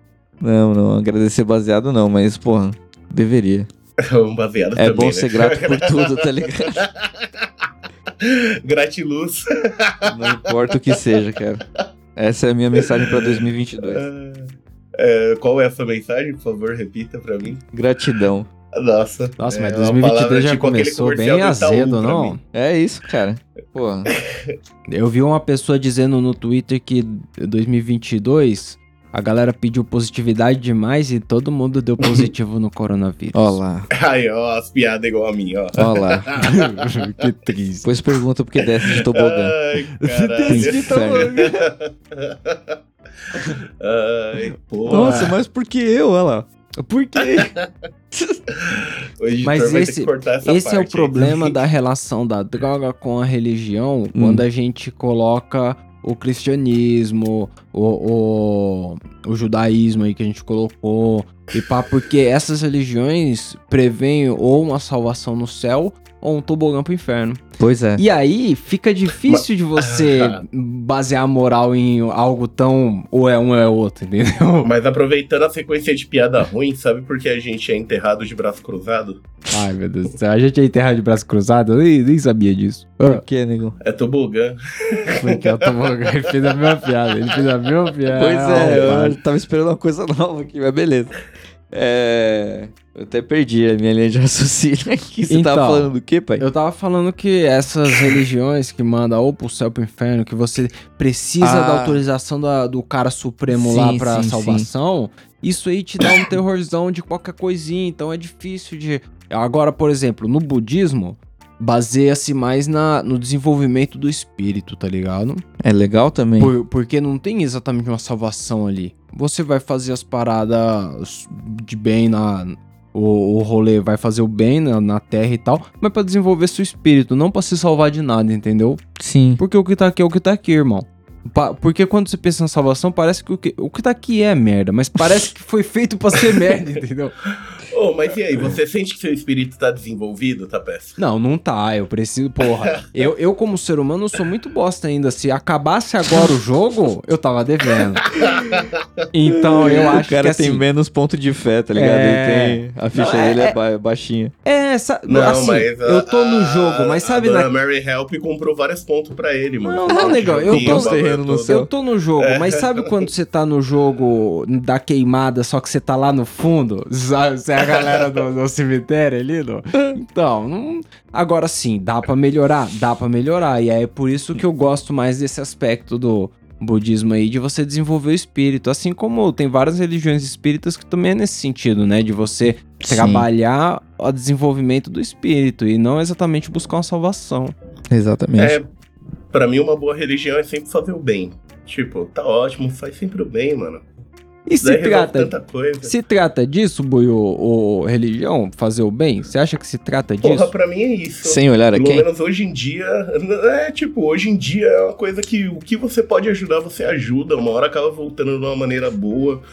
C: Não, não, agradecer baseado não, mas porra, deveria.
A: um baseado
C: É
A: também,
C: bom
A: né?
C: ser grato por tudo, tá ligado?
A: Gratiluz.
C: Não importa o que seja, cara. Essa é a minha mensagem pra 2022.
A: É, qual é a sua mensagem, por favor? Repita pra mim.
C: Gratidão.
A: Nossa.
B: Nossa,
A: é
B: mas
A: uma
B: 2022
A: palavra
B: já
A: tipo aquele
B: começou
A: comercial
B: bem
A: do Itaú
B: azedo,
A: pra
B: não?
A: mim.
C: É isso, cara. Porra.
B: Eu vi uma pessoa dizendo no Twitter que 2022 a galera pediu positividade demais e todo mundo deu positivo no coronavírus.
C: Ó lá,
A: Ai, ó, as piadas igual a minha, ó.
C: ó lá.
B: que triste.
C: Depois pergunta porque desce de tobogã.
A: Ai,
C: Desce
A: caralho.
C: de tobogã.
A: Ai, porra.
C: Nossa, mas por que eu, ó lá? Por quê?
A: Hoje
B: Mas
A: o editor vai ter
B: esse-
A: que cortar essa
B: Esse é o
A: parte aí.
B: problema da relação da droga com a religião quando a gente coloca o cristianismo, o, o, o judaísmo aí que a gente colocou, e pá, porque essas religiões preveem ou uma salvação no céu ou um tobogã pro inferno.
C: Pois é.
B: E aí fica difícil de você basear a moral em algo tão ou é um ou é outro, entendeu?
A: Mas aproveitando a sequência de piada ruim, sabe por que a gente é enterrado de braço cruzado?
B: Ai, meu Deus do céu, a gente é enterrado de braço cruzado, eu nem, nem sabia disso. Ah.
C: Por que, nego?
A: É tobogã.
B: Porque eu tô maluco, ele fez a mesma piada, ele fez a mesma piada.
C: Pois é,
B: Ah,
C: eu tava esperando uma coisa nova aqui, mas beleza. É. Eu até perdi a minha linha de raciocínio aqui. Você
B: Então.
C: tava falando do quê, pai?
B: Eu tava falando que essas religiões que mandam ou pro céu ou pro inferno, que você precisa
C: Ah.
B: da autorização da- do cara supremo
C: Sim,
B: lá pra
C: sim,
B: salvação, isso aí te dá um terrorzão de qualquer coisinha, então é difícil de... Agora, por exemplo, no budismo, baseia-se mais na, no desenvolvimento do espírito, tá ligado?
C: É legal também.
B: Por- porque não tem exatamente uma salvação ali. Você vai fazer as paradas de bem na. O, o rolê vai fazer o bem na, na terra e tal, mas pra desenvolver seu espírito, não pra se salvar de nada, entendeu?
C: Sim.
B: Porque o que tá aqui é o que tá aqui, irmão. Pa- porque quando você pensa na salvação, parece que o, que o que tá aqui é merda, mas parece que foi feito pra ser merda, entendeu?
A: Ô, mas e aí, você sente que seu espírito tá desenvolvido, tá peça?
B: Não, não tá, eu preciso, porra. Eu, eu como ser humano, sou muito bosta ainda. Se acabasse agora o jogo, eu tava devendo. Então, eu
C: o
B: acho
C: cara
B: que
C: tem
B: assim,
C: menos ponto de fé, tá ligado?
B: É.
C: Ele tem. A ficha
B: Não, é-
C: dele é, ba- baixinha.
B: É, sa-
A: Não,
B: assim,
A: mas. a-
B: eu
C: ah,
B: tô no
A: a-
B: jogo, mas sabe
A: A dona
B: na...
A: Mary Help comprou vários pontos pra ele,
B: Não,
A: mano.
B: não, negão, eu tô-
A: os
C: terreno no céu.
B: Eu tô no jogo,
A: É.
B: mas sabe quando você tá no jogo da queimada, só que você tá lá no fundo? Sabe? Você é a galera do, do cemitério ali, não? Então, não- agora sim, dá pra melhorar? Dá pra melhorar. E é por isso que eu gosto mais desse aspecto do budismo aí, de você desenvolver o espírito. Assim como tem várias religiões espíritas que também é nesse sentido, né? De você trabalhar o desenvolvimento do espírito e não exatamente buscar uma salvação.
C: Exatamente.
A: É, pra mim, uma boa religião é sempre fazer o bem. Tipo, tá ótimo, faz sempre o bem, mano.
B: E
A: Isso daí
B: se
A: né, resolve
B: trata,
A: tanta coisa.
B: se trata disso, Buio, o religião, fazer o bem? Você acha que se trata disso?
A: Porra, pra mim é isso.
C: Sem olhar a
A: Pelo
C: quem?
A: menos hoje em dia, é tipo, hoje em dia é uma coisa que o que você pode ajudar, você ajuda. Uma hora acaba voltando de uma maneira boa.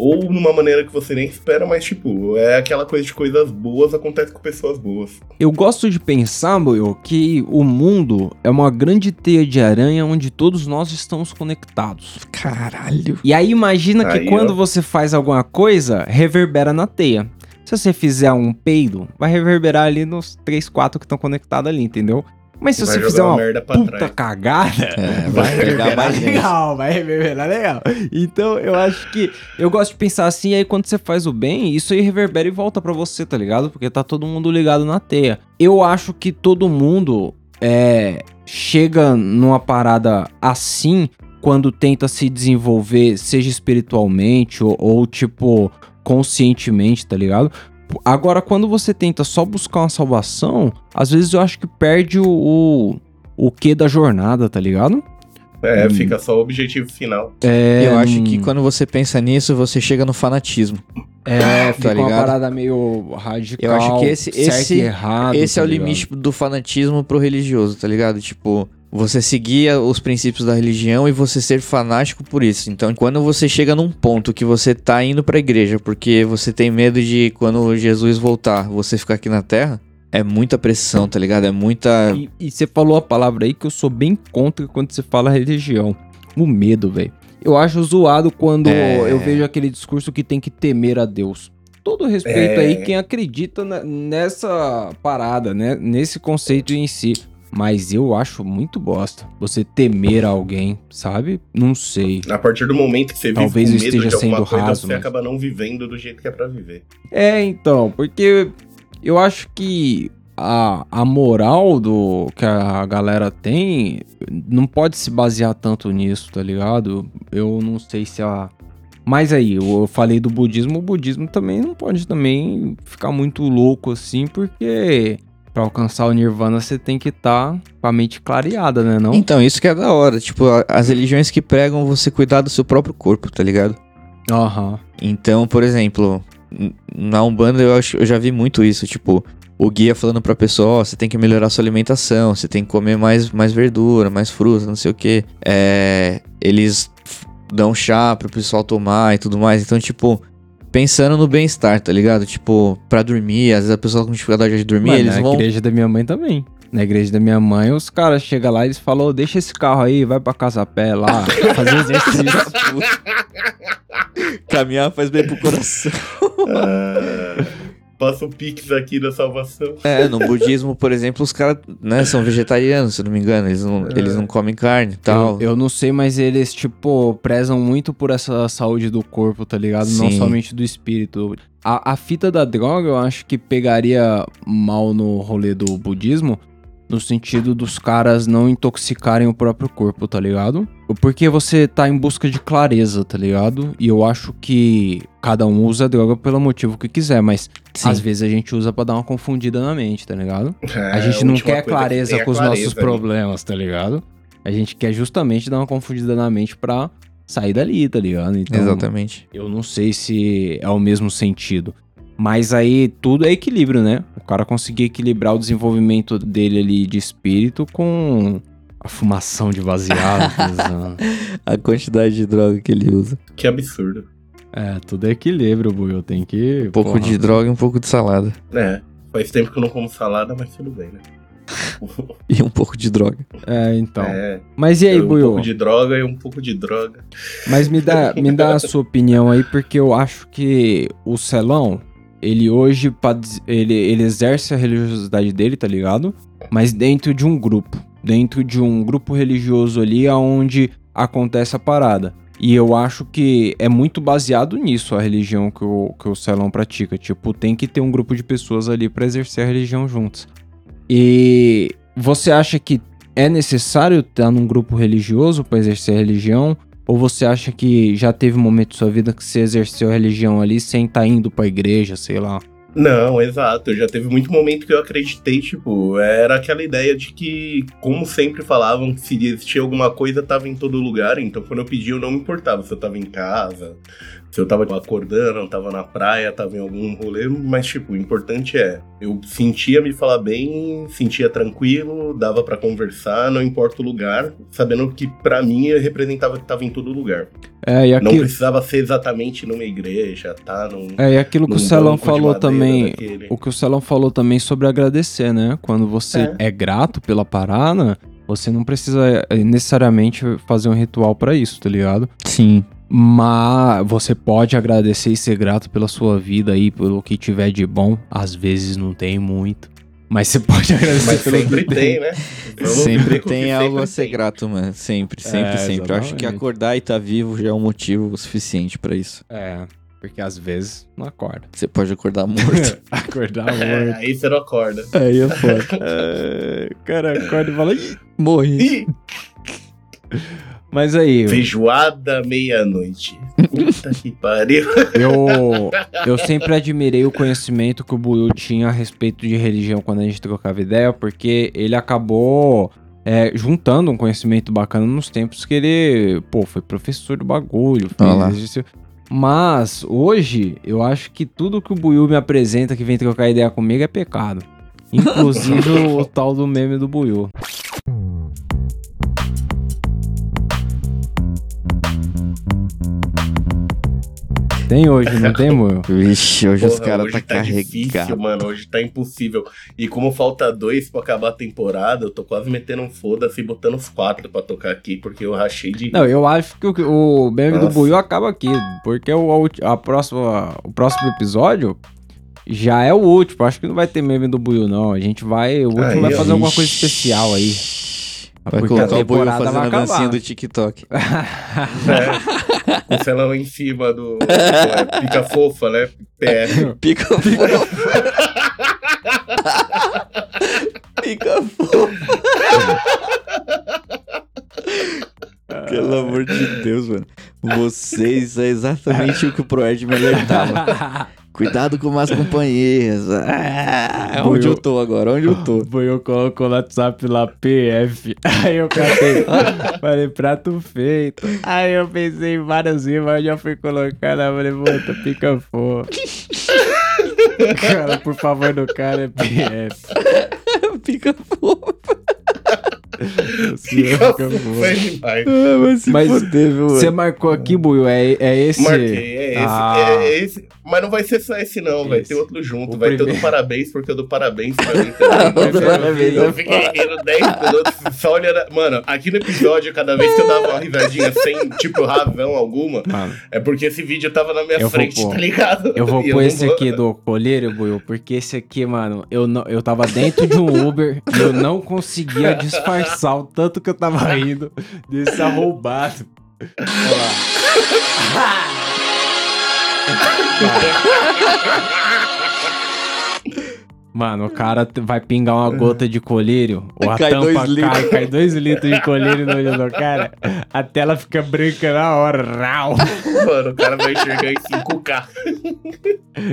A: Ou numa maneira que você nem espera, mas, tipo, é aquela coisa de coisas boas acontece com pessoas boas.
B: Eu gosto de pensar, Moyo, que o mundo é uma grande teia de aranha onde todos nós estamos conectados.
C: Caralho.
B: E aí imagina que
A: Aí,
B: quando
A: ó.
B: você faz alguma coisa, reverbera na teia. Se você fizer um peido, vai reverberar ali nos 3, 4 que estão conectados ali, entendeu? Mas se
A: Vai
B: você
A: jogar
B: fizer
A: uma
B: uma
A: merda pra
B: puta
A: trás.
B: cagada,
C: É,
A: Vai
C: vai pegar mais gente.
B: legal, vai reverberar legal. Então eu acho que eu gosto de pensar assim, aí quando você faz o bem, isso aí reverbera e volta pra você, tá ligado? Porque tá todo mundo ligado na teia. Eu acho que todo mundo é, chega numa parada assim quando tenta se desenvolver, seja espiritualmente ou, ou tipo conscientemente, tá ligado? Agora, quando você tenta só buscar uma salvação, às vezes eu acho que perde o, o, o quê da jornada, tá ligado?
A: É,
C: Hum.
A: fica só o objetivo final.
C: É, Eu acho que quando você pensa nisso, você chega no fanatismo.
B: É, fica uma
C: ligado?
B: parada meio radical.
C: Eu acho que esse-
B: certo
C: esse-
B: e errado,
C: Esse é
B: tá
C: o
B: ligado?
C: limite do fanatismo pro religioso, tá ligado? Tipo, você seguia os princípios da religião e você ser fanático por isso. Então, quando você chega num ponto que você tá indo pra igreja porque você tem medo de quando Jesus voltar, você ficar aqui na terra, é muita pressão, tá ligado? É muita.
B: E, e você falou a palavra aí que eu sou bem contra quando você fala religião. O medo, velho. Eu acho zoado quando
C: É.
B: eu vejo aquele discurso que tem que temer a Deus. Todo respeito
A: É.
B: aí quem acredita na- nessa parada, né? Nesse conceito em si. Mas eu acho muito bosta você temer alguém, sabe? Não sei.
A: A partir do momento que você vive
B: Talvez
A: com
B: eu
A: medo
B: esteja
A: de alguma
B: sendo
A: coisa,
B: raso,
A: você
B: mas-
A: acaba não vivendo do jeito que é pra viver.
B: É, então, porque eu acho que a, a moral do que a galera tem não pode se basear tanto nisso, tá ligado? Eu não sei se a. Mas aí, eu eu falei do budismo, o budismo também não pode também ficar muito louco assim, porque pra alcançar o nirvana você tem que estar com a mente clareada, né? Não?
C: Então, isso que é da hora. Tipo, a- as religiões que pregam você cuidar do seu próprio corpo, tá ligado?
B: Aham.
C: Então, por exemplo, n- na Umbanda eu, acho, eu já vi muito isso, tipo, o guia falando pra pessoa, ó, você tem que melhorar sua alimentação, você tem que comer mais, mais verdura, mais fruta, não sei o quê. É, eles f- dão chá pro pessoal tomar e tudo mais. Então, tipo, pensando no bem-estar, tá ligado? Tipo, pra dormir, às vezes a pessoa com dificuldade de dormir, um
B: Mano,
C: eles
B: na
C: vão...
B: igreja da minha mãe também. Na igreja da minha mãe, os caras chegam lá e eles falam, "Ô, deixa esse carro aí, vai pra casa a pé lá, fazer exercício.
C: Caminhar faz bem pro coração.
A: Ah, Passa o pix aqui da salvação.
C: É, no budismo, por exemplo, os caras, né, são vegetarianos, se eu não me engano. Eles não, eles não comem carne e tal.
B: Eu, eu não sei, mas eles, tipo, prezam muito por essa saúde do corpo, tá ligado? Não
C: Sim.
B: somente do espírito. A, a fita da droga, eu acho que pegaria mal no rolê do budismo, no sentido dos caras não intoxicarem o próprio corpo, tá ligado? Porque você tá em busca de clareza, tá ligado? E eu acho que cada um usa a droga pelo motivo que quiser, mas
C: Sim.
B: às vezes a gente usa pra dar uma confundida na mente, tá ligado? A
A: É,
B: gente não
A: última
B: quer
A: coisa que tem
B: clareza
A: é
B: com os
A: clareza,
B: nossos
A: né?
B: problemas, tá ligado? A gente quer justamente dar uma confundida na mente pra sair dali, tá ligado?
C: né?
B: Então,
C: Exatamente.
B: eu não sei se é o mesmo sentido. Mas aí tudo é equilíbrio, né? O cara conseguir equilibrar o desenvolvimento dele ali de espírito com a fumação de baseado. tá ligado?
C: A quantidade de droga que ele usa.
A: Que absurdo.
B: é, tudo é equilíbrio, Buio. Tem que.
C: Um pouco
B: porra.
C: de droga e um pouco de salada.
A: É, faz tempo que eu não como salada, mas tudo bem, né?
C: E um pouco de droga.
B: É, então.
A: é,
B: Mas e aí,
A: um
B: Buio?
A: pouco de droga e um pouco de droga.
B: Mas me dá, me dá a sua opinião aí, porque eu acho que o Celão, ele hoje, pa- ele, ele exerce a religiosidade dele, tá ligado? Mas dentro de um grupo. Dentro de um grupo religioso ali, aonde acontece a parada. E eu acho que é muito baseado nisso a religião que o, que o Celão pratica. Tipo, tem que ter um grupo de pessoas ali pra exercer a religião juntos. E você acha que é necessário estar num grupo religioso pra exercer a religião? Ou você acha que já teve um momento de sua vida que você exerceu a religião ali sem estar indo pra igreja, sei lá?
A: Não, exato. Já teve muito momento que eu acreditei, tipo, era aquela ideia de que, como sempre falavam, que se existia alguma coisa, tava em todo lugar. Então, quando eu pedi, eu não me importava se eu tava em casa, Se eu tava acordando, eu tava na praia, tava em algum rolê, mas tipo, o importante é, eu sentia me falar bem, sentia tranquilo, dava pra conversar, não importa o lugar, sabendo que pra mim representava que tava em todo lugar.
B: É, e
A: Não
B: aquilo,
A: precisava ser exatamente numa igreja, tá? Num,
B: é, e aquilo que
A: num
B: o Celão
A: banco de
B: falou
A: madeira né?
B: também.
A: daquele.
B: O que o Celão falou também sobre agradecer, né? Quando você é, grato pela parada, você não precisa eh, necessariamente fazer um ritual pra isso, tá ligado?
C: Sim.
B: Mas você pode agradecer e ser grato pela sua vida aí, pelo que tiver de bom. Às vezes não tem muito. Mas você pode agradecer
A: Mas
B: pelo
A: sempre
B: que
A: tem, né? Vamos
C: Sempre
A: ver com o que
C: tem
A: sempre
C: algo a ser
A: tem.
C: grato, mano. Sempre, sempre, sempre. Eu acho que
B: É, exatamente.
C: acordar e estar vivo já é um motivo suficiente pra isso.
B: É, porque às vezes não acorda.
C: Você pode acordar morto.
B: Acordar
A: É,
B: morto.
A: aí você não acorda.
C: Aí é foda.
B: É, o cara acorda e fala. "Ih".
C: Morri.
A: Ih,
B: Mas aí,
A: feijoada meia-noite. Puta que pariu.
B: eu, eu sempre admirei o conhecimento que o Buiu tinha a respeito de religião quando a gente trocava ideia, porque ele acabou é, juntando um conhecimento bacana nos tempos que ele, pô, foi professor do bagulho. fez
C: Olha lá.
B: isso. Mas hoje, eu acho que tudo que o Buiu me apresenta que vem trocar ideia comigo é pecado. Inclusive o tal do meme do Buiu. Tem hoje, não tem, Buiu?
C: Vixe, hoje os
A: Porra,
C: caras
A: hoje
C: tá,
A: difícil,
C: carregados.
A: mano. Hoje tá impossível. E como falta dois pra acabar a temporada, eu tô quase metendo um foda-se e botando os quatro pra tocar aqui, porque eu rachei de.
B: Não, eu acho que o, o meme do
A: Nossa.
B: Buiu acaba aqui, porque o, a ulti- a próxima, o próximo episódio já é o último. Acho que não vai ter meme do Buiu, não. A gente vai. O último
A: Aí,
B: vai
A: ó.
B: fazer alguma coisa especial aí.
C: Vai
B: Porque a
C: colocar o boi
B: temporada
C: fazendo
B: vai
C: a dancinha
B: acabar.
C: do TikTok.
A: né? Com o celão em cima do. é, Pica fofa, né? PF.
C: Pica fofa. Pica fofa. Pelo amor de Deus, mano. Vocês é exatamente o que o Proerd me alertava. Cuidado com más companheiras. Ah, onde eu tô agora? Onde eu tô?
B: O Buiu colocou no WhatsApp lá PF. Aí eu catei. falei, prato feito. Aí eu pensei em várias rimas, eu já fui colocar. né? Falei, puta, pica fogo. cara, por favor, do cara é PF.
C: Pica fofa.
A: Pica fofa é demais.
C: Ah, mas se
B: Mas
C: fuder, viu,
B: Você marcou aqui, Buio, é, é esse.
A: Marquei, é esse,
B: Ah.
A: é esse. Mas não vai ser só esse, não. Vai
B: Esse.
A: ter outro junto.
B: O
A: vai ter o
B: primeiro.
A: do parabéns, porque eu dou parabéns pra mim
C: Vai
A: também.
C: ter
A: Eu
C: parabéns,
A: eu
C: é
A: fiquei rindo 10 minutos só olhando. Mano, aqui no episódio, cada vez que eu dava uma risadinha sem, tipo, razão alguma,
B: Mano,
A: é porque esse vídeo tava na minha
B: Eu vou
A: frente,
B: pôr.
A: tá ligado?
B: eu vou
A: E
B: pôr
A: não
B: esse
A: vou-
B: aqui do colírio, Buio, porque esse aqui, mano, eu, não, eu tava dentro de um Uber e eu não conseguia disfarçar o tanto que eu tava rindo desse arrombado. Olha lá. Mano, o cara t- vai pingar uma gota de colírio, ou a
C: Cai
B: tampa
C: dois
B: cai,
C: litros.
B: cai dois litros de colírio no olho do cara, a tela fica branca na hora, rau.
A: Mano, o cara vai enxergar em 5K.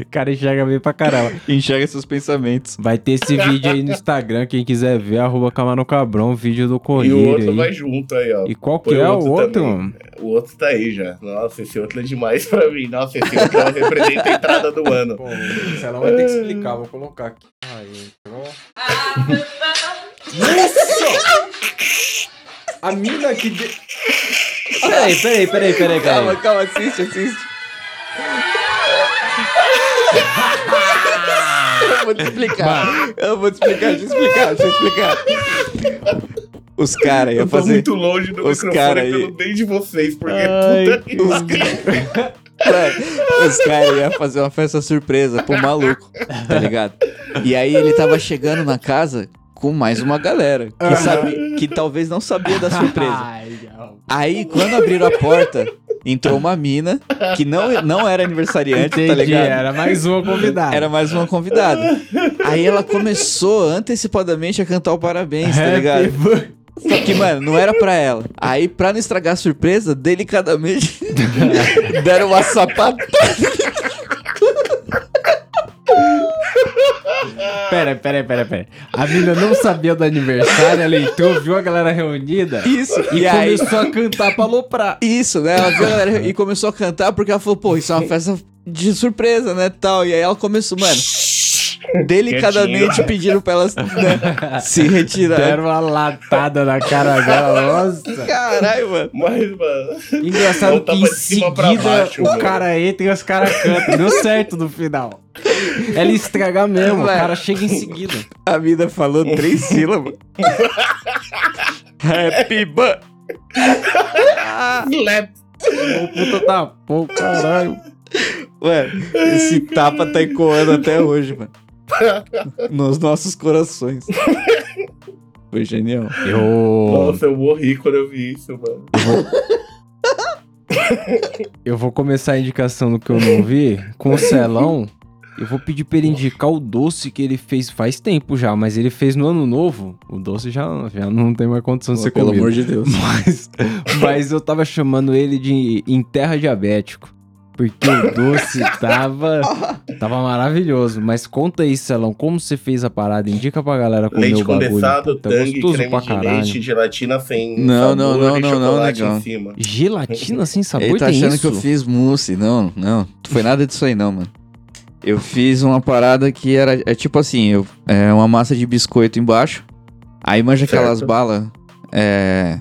B: O cara enxerga bem pra caramba.
C: Enxerga seus pensamentos.
B: Vai ter esse vídeo aí no Instagram, quem quiser ver, arroba Camarão Cabrão, vídeo do
A: E
B: Colírio
A: o outro
B: aí.
A: vai junto aí, ó.
B: E qual que
A: Põe
B: é o
A: outro
B: outro?
A: também. O outro tá aí já. Nossa, esse outro é demais pra mim. Nossa, esse outro ela representa a entrada do ano.
B: Pô, se ela vai ter que explicar, vou colocar aqui. Aí, então. entrou. Nossa! A mina que... De... Peraí, peraí, peraí, peraí,
C: Calma,
B: peraí.
C: calma, assiste, assiste. Eu vou te explicar. Eu vou te explicar, deixa eu explicar, deixa eu explicar. Os caras iam
A: Eu tô
C: fazer.
A: muito longe do
C: os cara aí.
A: microfone pelo bem de vocês, porque
B: Ai,
A: puta que
B: que
A: pariu.
C: Mano, Os caras iam fazer uma festa surpresa pro maluco, tá ligado? E aí ele tava chegando na casa com mais uma galera que, sabe, que talvez não sabia da surpresa.
B: Ai, não.
C: Aí quando abriram a porta, entrou uma mina que não, não era aniversariante,
B: Entendi,
C: tá ligado?
A: é.
B: era mais uma convidada.
C: Era mais uma convidada. Aí ela começou antecipadamente a cantar o
A: um,
C: parabéns, tá
B: Happy
C: ligado?
B: birthday.
C: Só que, mano, não era pra ela. Aí, pra não estragar a surpresa, delicadamente deram uma sapatada.
B: Pera, pera, pera, pera. A mina não sabia do aniversário, ela entrou, viu a galera reunida
C: Isso.
B: e,
C: E aí...
B: começou a cantar pra aloprar.
C: Isso, né? Ela viu a galera e começou a cantar porque ela falou, pô, isso é uma festa de surpresa, né, tal. E aí ela começou, mano, delicadamente
A: Quietinho.
C: pediram pra elas né, se retirar.
B: Deram uma latada na cara dela, nossa.
C: Caralho, mano.
A: Mas, mano.
B: Engraçado
A: Volta
B: que em
A: pra cima, pra
B: seguida
A: baixo,
B: o
A: mano.
B: cara entra e os caras cantam. Deu certo no final. Ela estragar mesmo, o
C: Vai.
B: cara chega em seguida.
C: A mina falou três sílabas. Happy birthday.
A: Lep.
B: Ô puta da pô, caralho.
C: Ué, esse tapa tá ecoando até hoje, mano. Nos nossos corações. Foi genial.
B: Eu,
A: Nossa, eu morri quando eu vi isso, mano.
B: eu vou começar a indicação do que eu não vi com o Celão. Eu vou pedir pra ele indicar o doce que ele fez faz tempo já, mas ele fez no ano novo. O doce já, já não tem mais condição de ser
C: Pelo
B: comido.
C: amor de Deus.
B: Mas, mas eu tava chamando ele de em terra diabético. Porque o doce tava, tava maravilhoso. Mas conta aí, Celão, como você fez a parada? Indica pra galera comer
A: Leite
B: o bagulho.
A: condensado,
B: Puta, é
A: tangue,
B: gostoso
A: creme
B: pra
A: de
B: caralho.
A: leite, gelatina sem
C: Não,
A: sabor
C: não, não,
A: e
C: não, não,
A: chocolate
C: negão.
A: em cima.
B: Gelatina sem sabor
C: Ele tá
B: tem
C: achando
B: isso?
C: que eu fiz mousse. Não, não. Não foi nada disso aí, não, mano. Eu fiz uma parada que era. É tipo assim, eu, é uma massa de biscoito embaixo. Aí manja aquelas
A: Certo.
C: balas. É.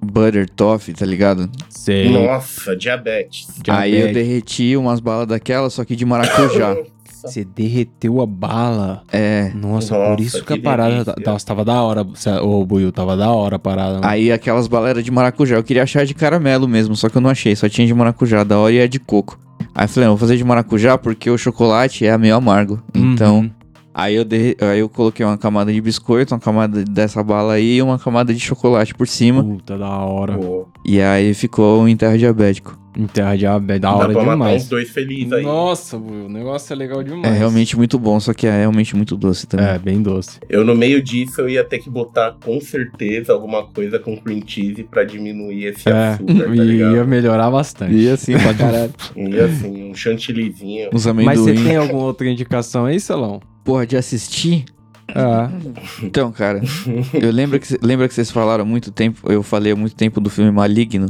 C: Butter toffee, tá ligado?
B: Sei.
A: Nossa, diabetes.
C: Aí eu
B: Diabetes.
C: derreti umas balas daquela, só que de maracujá.
B: Você derreteu a bala.
C: é.
B: Nossa, por
A: Nossa,
B: isso que,
A: que
B: a parada. tá-
A: delícia.
B: Nossa, tava da hora. Ô, Buiu, tava da hora a parada. mano.
C: Aí aquelas balas eram de maracujá. Eu queria achar de caramelo mesmo, só que eu não achei. Só tinha de maracujá, da hora e é de coco. Aí eu falei, não, vou fazer de maracujá porque o chocolate é meio amargo. Então.
B: Uhum.
C: Aí eu, derre- aí eu coloquei uma camada de biscoito, uma camada dessa bala aí e uma camada de chocolate por cima.
B: Puta, da hora.
A: Pô,
C: E aí ficou um enterro diabético.
B: Em terra diabética, da
A: dá
B: hora
A: pra matar uns
B: demais.
A: dois felizes aí.
B: Nossa, Buiu, o negócio é legal demais.
C: É realmente muito bom, só que é realmente muito doce também.
B: É, bem doce.
A: Eu, no meio disso, eu ia ter que botar com certeza alguma coisa com cream cheese pra diminuir esse
B: É,
A: açúcar, tá
B: e ia
A: ligado?
B: melhorar bastante.
C: E assim, pra caralho.
A: E assim, um chantillyzinho.
B: Mas
C: Uns
B: você
C: amendoim.
B: tem alguma outra indicação aí, Celão?
C: Porra, de assistir?
B: É.
C: Então, cara, eu lembro que, cê- lembra que vocês falaram há muito tempo, eu falei há muito tempo do filme Maligno,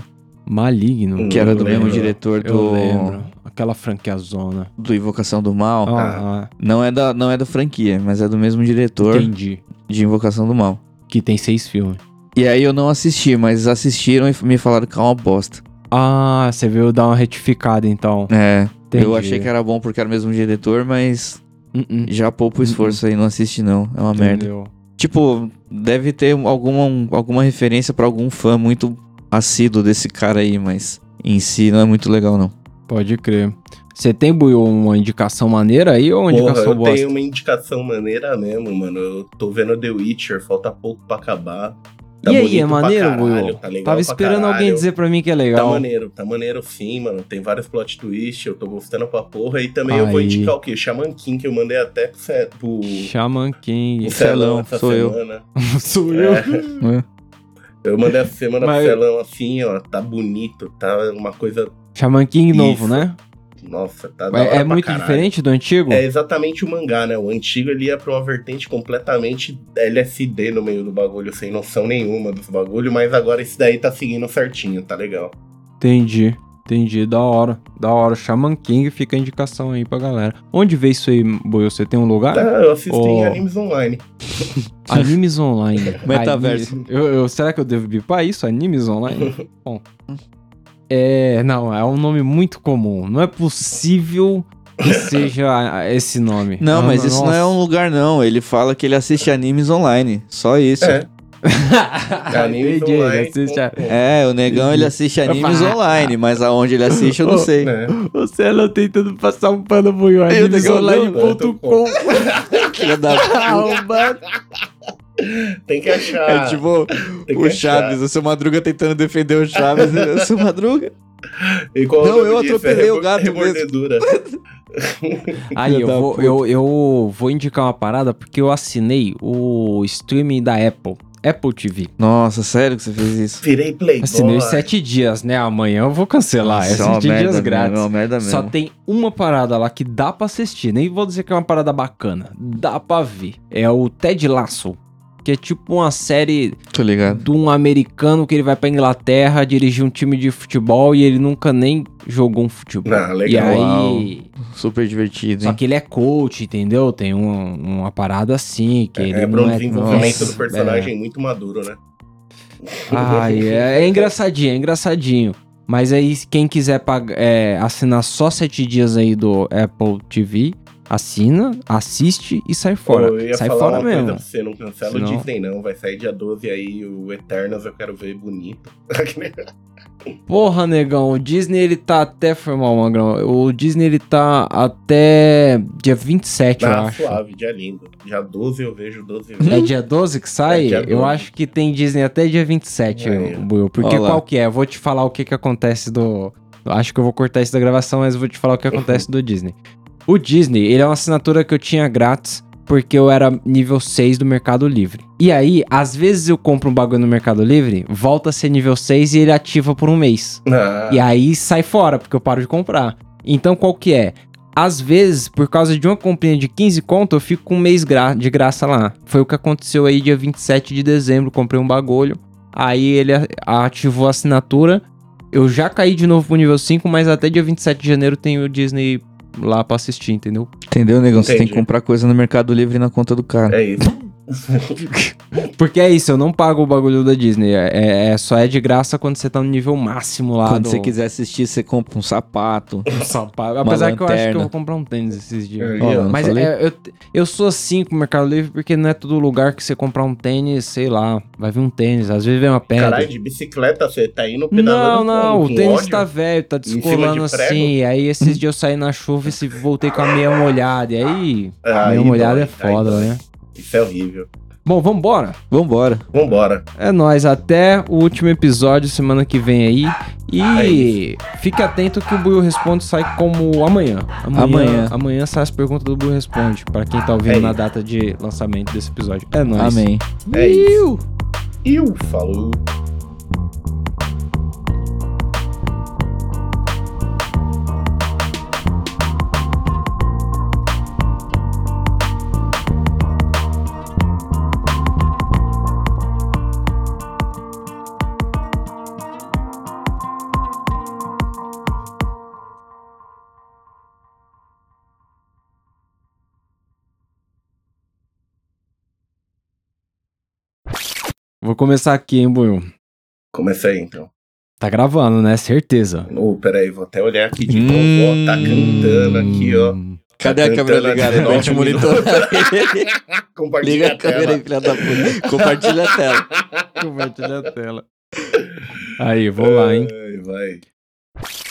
B: Maligno.
A: Hum,
C: que era
A: eu
C: do mesmo
A: lembro.
C: diretor
B: Eu
C: do,
B: lembro. Aquela Ah, franquiazona.
C: do Invocação do Mal.
B: Aham,
C: Não, é da, não é da franquia, mas é do mesmo diretor
B: entendi.
C: de Invocação do Mal.
B: Que tem seis filmes.
C: E aí eu não assisti, mas assistiram e me falaram que é uma bosta.
B: Ah, você veio dar uma retificada então.
C: É,
B: Entendi.
C: eu achei que era bom porque era o mesmo diretor, mas
B: Uh-uh.
C: já poupa o esforço aí, não assiste não, é uma merda.
B: Entendeu?
C: Tipo, deve ter alguma, alguma referência pra algum fã muito assíduo desse cara aí, mas em si não é muito legal não.
B: Pode crer. Você tem, Buiu, uma indicação maneira aí ou uma
A: Porra,
B: indicação
A: eu
B: bosta?
C: um
A: tenho uma indicação maneira mesmo, mano. Eu tô vendo The Witcher, falta pouco pra acabar. Tá
B: E aí, é
A: bonito pra
B: maneiro,
A: caralho,
B: Buiu?
A: tá legal
B: Tava
A: pra
B: esperando
A: caralho.
B: alguém dizer pra mim que é
A: Tá
B: legal.
A: maneiro, tá maneiro sim, mano. Tem vários plot twists, eu tô gostando pra porra. E também eu vou
B: Aí.
A: indicar o quê? Shaman King, que eu mandei até pro, ce- pro,
B: Shaman King.
A: pro Celão
C: Celão,
A: essa
C: sou eu.
A: semana.
B: Sou
A: É.
B: eu.
A: Eu mandei essa semana
B: Mas-
A: pro Celão assim, ó. Tá bonito, tá uma coisa.
B: Shaman King novo,
A: Isso.
B: né?
A: Nossa, tá da hora
B: É, é
A: pra
B: muito
A: caralho.
B: diferente do
C: Tipo,
B: antigo?
A: É exatamente o mangá, né? O antigo ele ia pra uma vertente completamente LSD no meio do bagulho, sem noção nenhuma dos bagulho, mas agora esse daí tá seguindo certinho, tá legal.
B: Entendi, entendi. Da hora, da hora. Shaman King fica a indicação aí pra galera. Onde vê isso aí, Boi? Você tem um
C: Ah,
B: lugar?
A: Tá, eu assisto em
B: Ó.
A: animes online.
B: Animes Online.
C: Metaverso.
B: Ani- Eu, eu- será que eu devo bipar isso? Animes Online? Bom. É, não, é um nome muito comum. Não é possível que seja esse nome.
C: Não,
B: Ah,
C: mas isso não é um
B: nossa.
C: lugar não, ele fala que ele assiste animes online, só isso.
A: É, animes
B: Entendi,
A: online.
B: assiste a-
C: É, o negão ele assiste animes
B: Opa.
C: online, mas aonde ele assiste eu não sei.
A: né?
B: Você é lá tentando passar um pano pro
C: Eu digo, não,
B: animesonline.com.
C: Filha da puta.
A: Tem que
C: É
A: achar.
C: tipo
A: tem que
C: o
A: achar.
C: Chaves, o seu Madruga tentando defender o Chaves. e o seu Madruga?
A: E qual
C: Não,
A: o nome
C: eu
A: disso?
C: atropelei
A: É
C: o gato mesmo.
A: remordedura.
B: Aí,
C: Filha
B: eu
C: da
B: vou,
C: puta.
B: eu, eu vou indicar uma parada porque eu assinei o streaming da Apple. Apple TV.
C: Nossa, sério que você fez isso?
A: Virei playboy.
B: Assinei os sete dias, né? Amanhã eu vou cancelar. É
C: Isso uma
B: sete
C: merda
B: dias
C: mesmo,
B: grátis.
C: Ah, É uma merda mesmo.
B: Só tem uma parada lá que dá pra assistir. Nem vou dizer que é uma parada bacana. Dá pra ver. É o Ted Lasso. Que é tipo uma série
C: Tô ligado.
B: de um americano que ele vai pra Inglaterra dirigir um time de futebol e ele nunca nem jogou um futebol.
A: Ah, legal.
B: E aí.
C: Super divertido,
B: Só
C: hein?
B: que ele é coach, entendeu? Tem uma, uma parada assim. Que ele
A: É pra
B: não
A: um
B: é...
A: desenvolvimento
B: Nossa, é.
A: do personagem muito maduro, né?
B: Ai, é, é engraçadinho, é engraçadinho. Mas aí, quem quiser pag- é, assinar só sete dias aí do Apple TV, assina, assiste e sai fora.
A: Pô, eu ia
B: sai
A: falar
B: fora
A: uma
B: mesmo.
A: coisa pra você, não cancela o
B: Senão-
A: Disney não, vai sair dia 12 aí o Eternos, eu quero ver bonito.
B: Porra, negão, o Disney ele tá até. Foi mal, Magrão. O Disney ele tá até dia 27, eu
A: ah,
B: acho.
A: suave, dia lindo. Dia 12 eu vejo, 12
C: Uhum.
A: eu
B: É
A: vejo.
B: dia 12 que sai?
A: É dia
B: Eu
A: 12.
B: acho que tem Disney até dia 27,
A: Aí.
B: Will. Porque
C: Olha lá.
B: qual que é? Eu vou te falar o que que acontece do... Acho que eu vou cortar isso da gravação, mas eu vou te falar o que acontece do Disney. O Disney, ele é uma assinatura que eu tinha grátis porque eu era nível 6 do Mercado Livre. E aí, às vezes eu compro um bagulho no Mercado Livre, volta a ser nível 6 e ele ativa por um mês.
A: Ah,
B: E aí sai fora, porque eu paro de comprar. Então qual que é? Às vezes, por causa de uma comprinha de 15 conto, eu fico com um mês gra- de graça lá. Foi o que aconteceu aí dia 27 de dezembro, comprei um bagulho. Aí ele a- ativou a assinatura. Eu já caí de novo pro nível 5, mas até dia 27 de janeiro tem o Disney lá pra assistir, entendeu?
C: Entendeu, negão? Você tem
A: Entendi.
C: que comprar coisa no Mercado Livre e na conta do cara.
A: é isso.
B: Porque é isso, eu não pago o bagulho da Disney. É, é- é- só é de graça quando você tá no nível máximo lá.
C: Quando
B: do-
C: você quiser assistir, você compra um sapato.
B: Só pago. Apesar que eu acho que eu
C: lanterna.
B: vou comprar um tênis esses dias.
A: É,
C: Ó,
A: eu-
C: não
B: Mas
C: falei?
B: é, eu, eu sou assim com o Mercado Livre porque não é todo lugar que você comprar um tênis, sei lá, vai vir um tênis, às vezes vem uma pedra.
A: Caralho, de bicicleta você tá indo
B: não,
A: pedalando
B: não,
A: com,
B: o
A: com
B: tênis
A: ódio?
B: tá velho, tá
A: cima de
B: descolando
A: prego?
B: assim. E aí esses dias eu saí na chuva e se- voltei com a meia molhada. E aí,
A: Ah,
B: meia
A: aí
B: molhada
A: dói,
B: é foda,
A: aí dói.
B: né?
A: Isso é horrível.
B: Bom, vambora.
C: Vambora.
A: Vambora.
B: É nóis, até o último episódio semana que vem aí.
A: É
B: E fique atento que o Buio Responde sai como amanhã. Amanhã, amanhã.
C: Amanhã.
B: sai as perguntas do Buio Responde, pra quem tá ouvindo
A: É
B: na
A: isso.
B: data de lançamento desse episódio. É nóis.
C: Amém.
A: É isso. E o falou.
B: Vou começar aqui, hein, Buio.
A: Começa aí então.
B: Tá gravando, né? Certeza.
A: Ô, peraí, vou até olhar aqui de
C: Hum.
A: novo, ó. Tá cantando aqui, ó.
B: Hum.
C: Cadê a câmera
A: Tentando
C: ligada?
A: adivinhar
C: Pra gente
A: o minuto.
C: monitorar.
A: Compartilha
C: Liga
A: a
C: a câmera aí, filha
A: tela.
C: da puta. Compartilha a tela.
B: Compartilha a tela. Aí, vou lá, hein?
A: Ai, vai.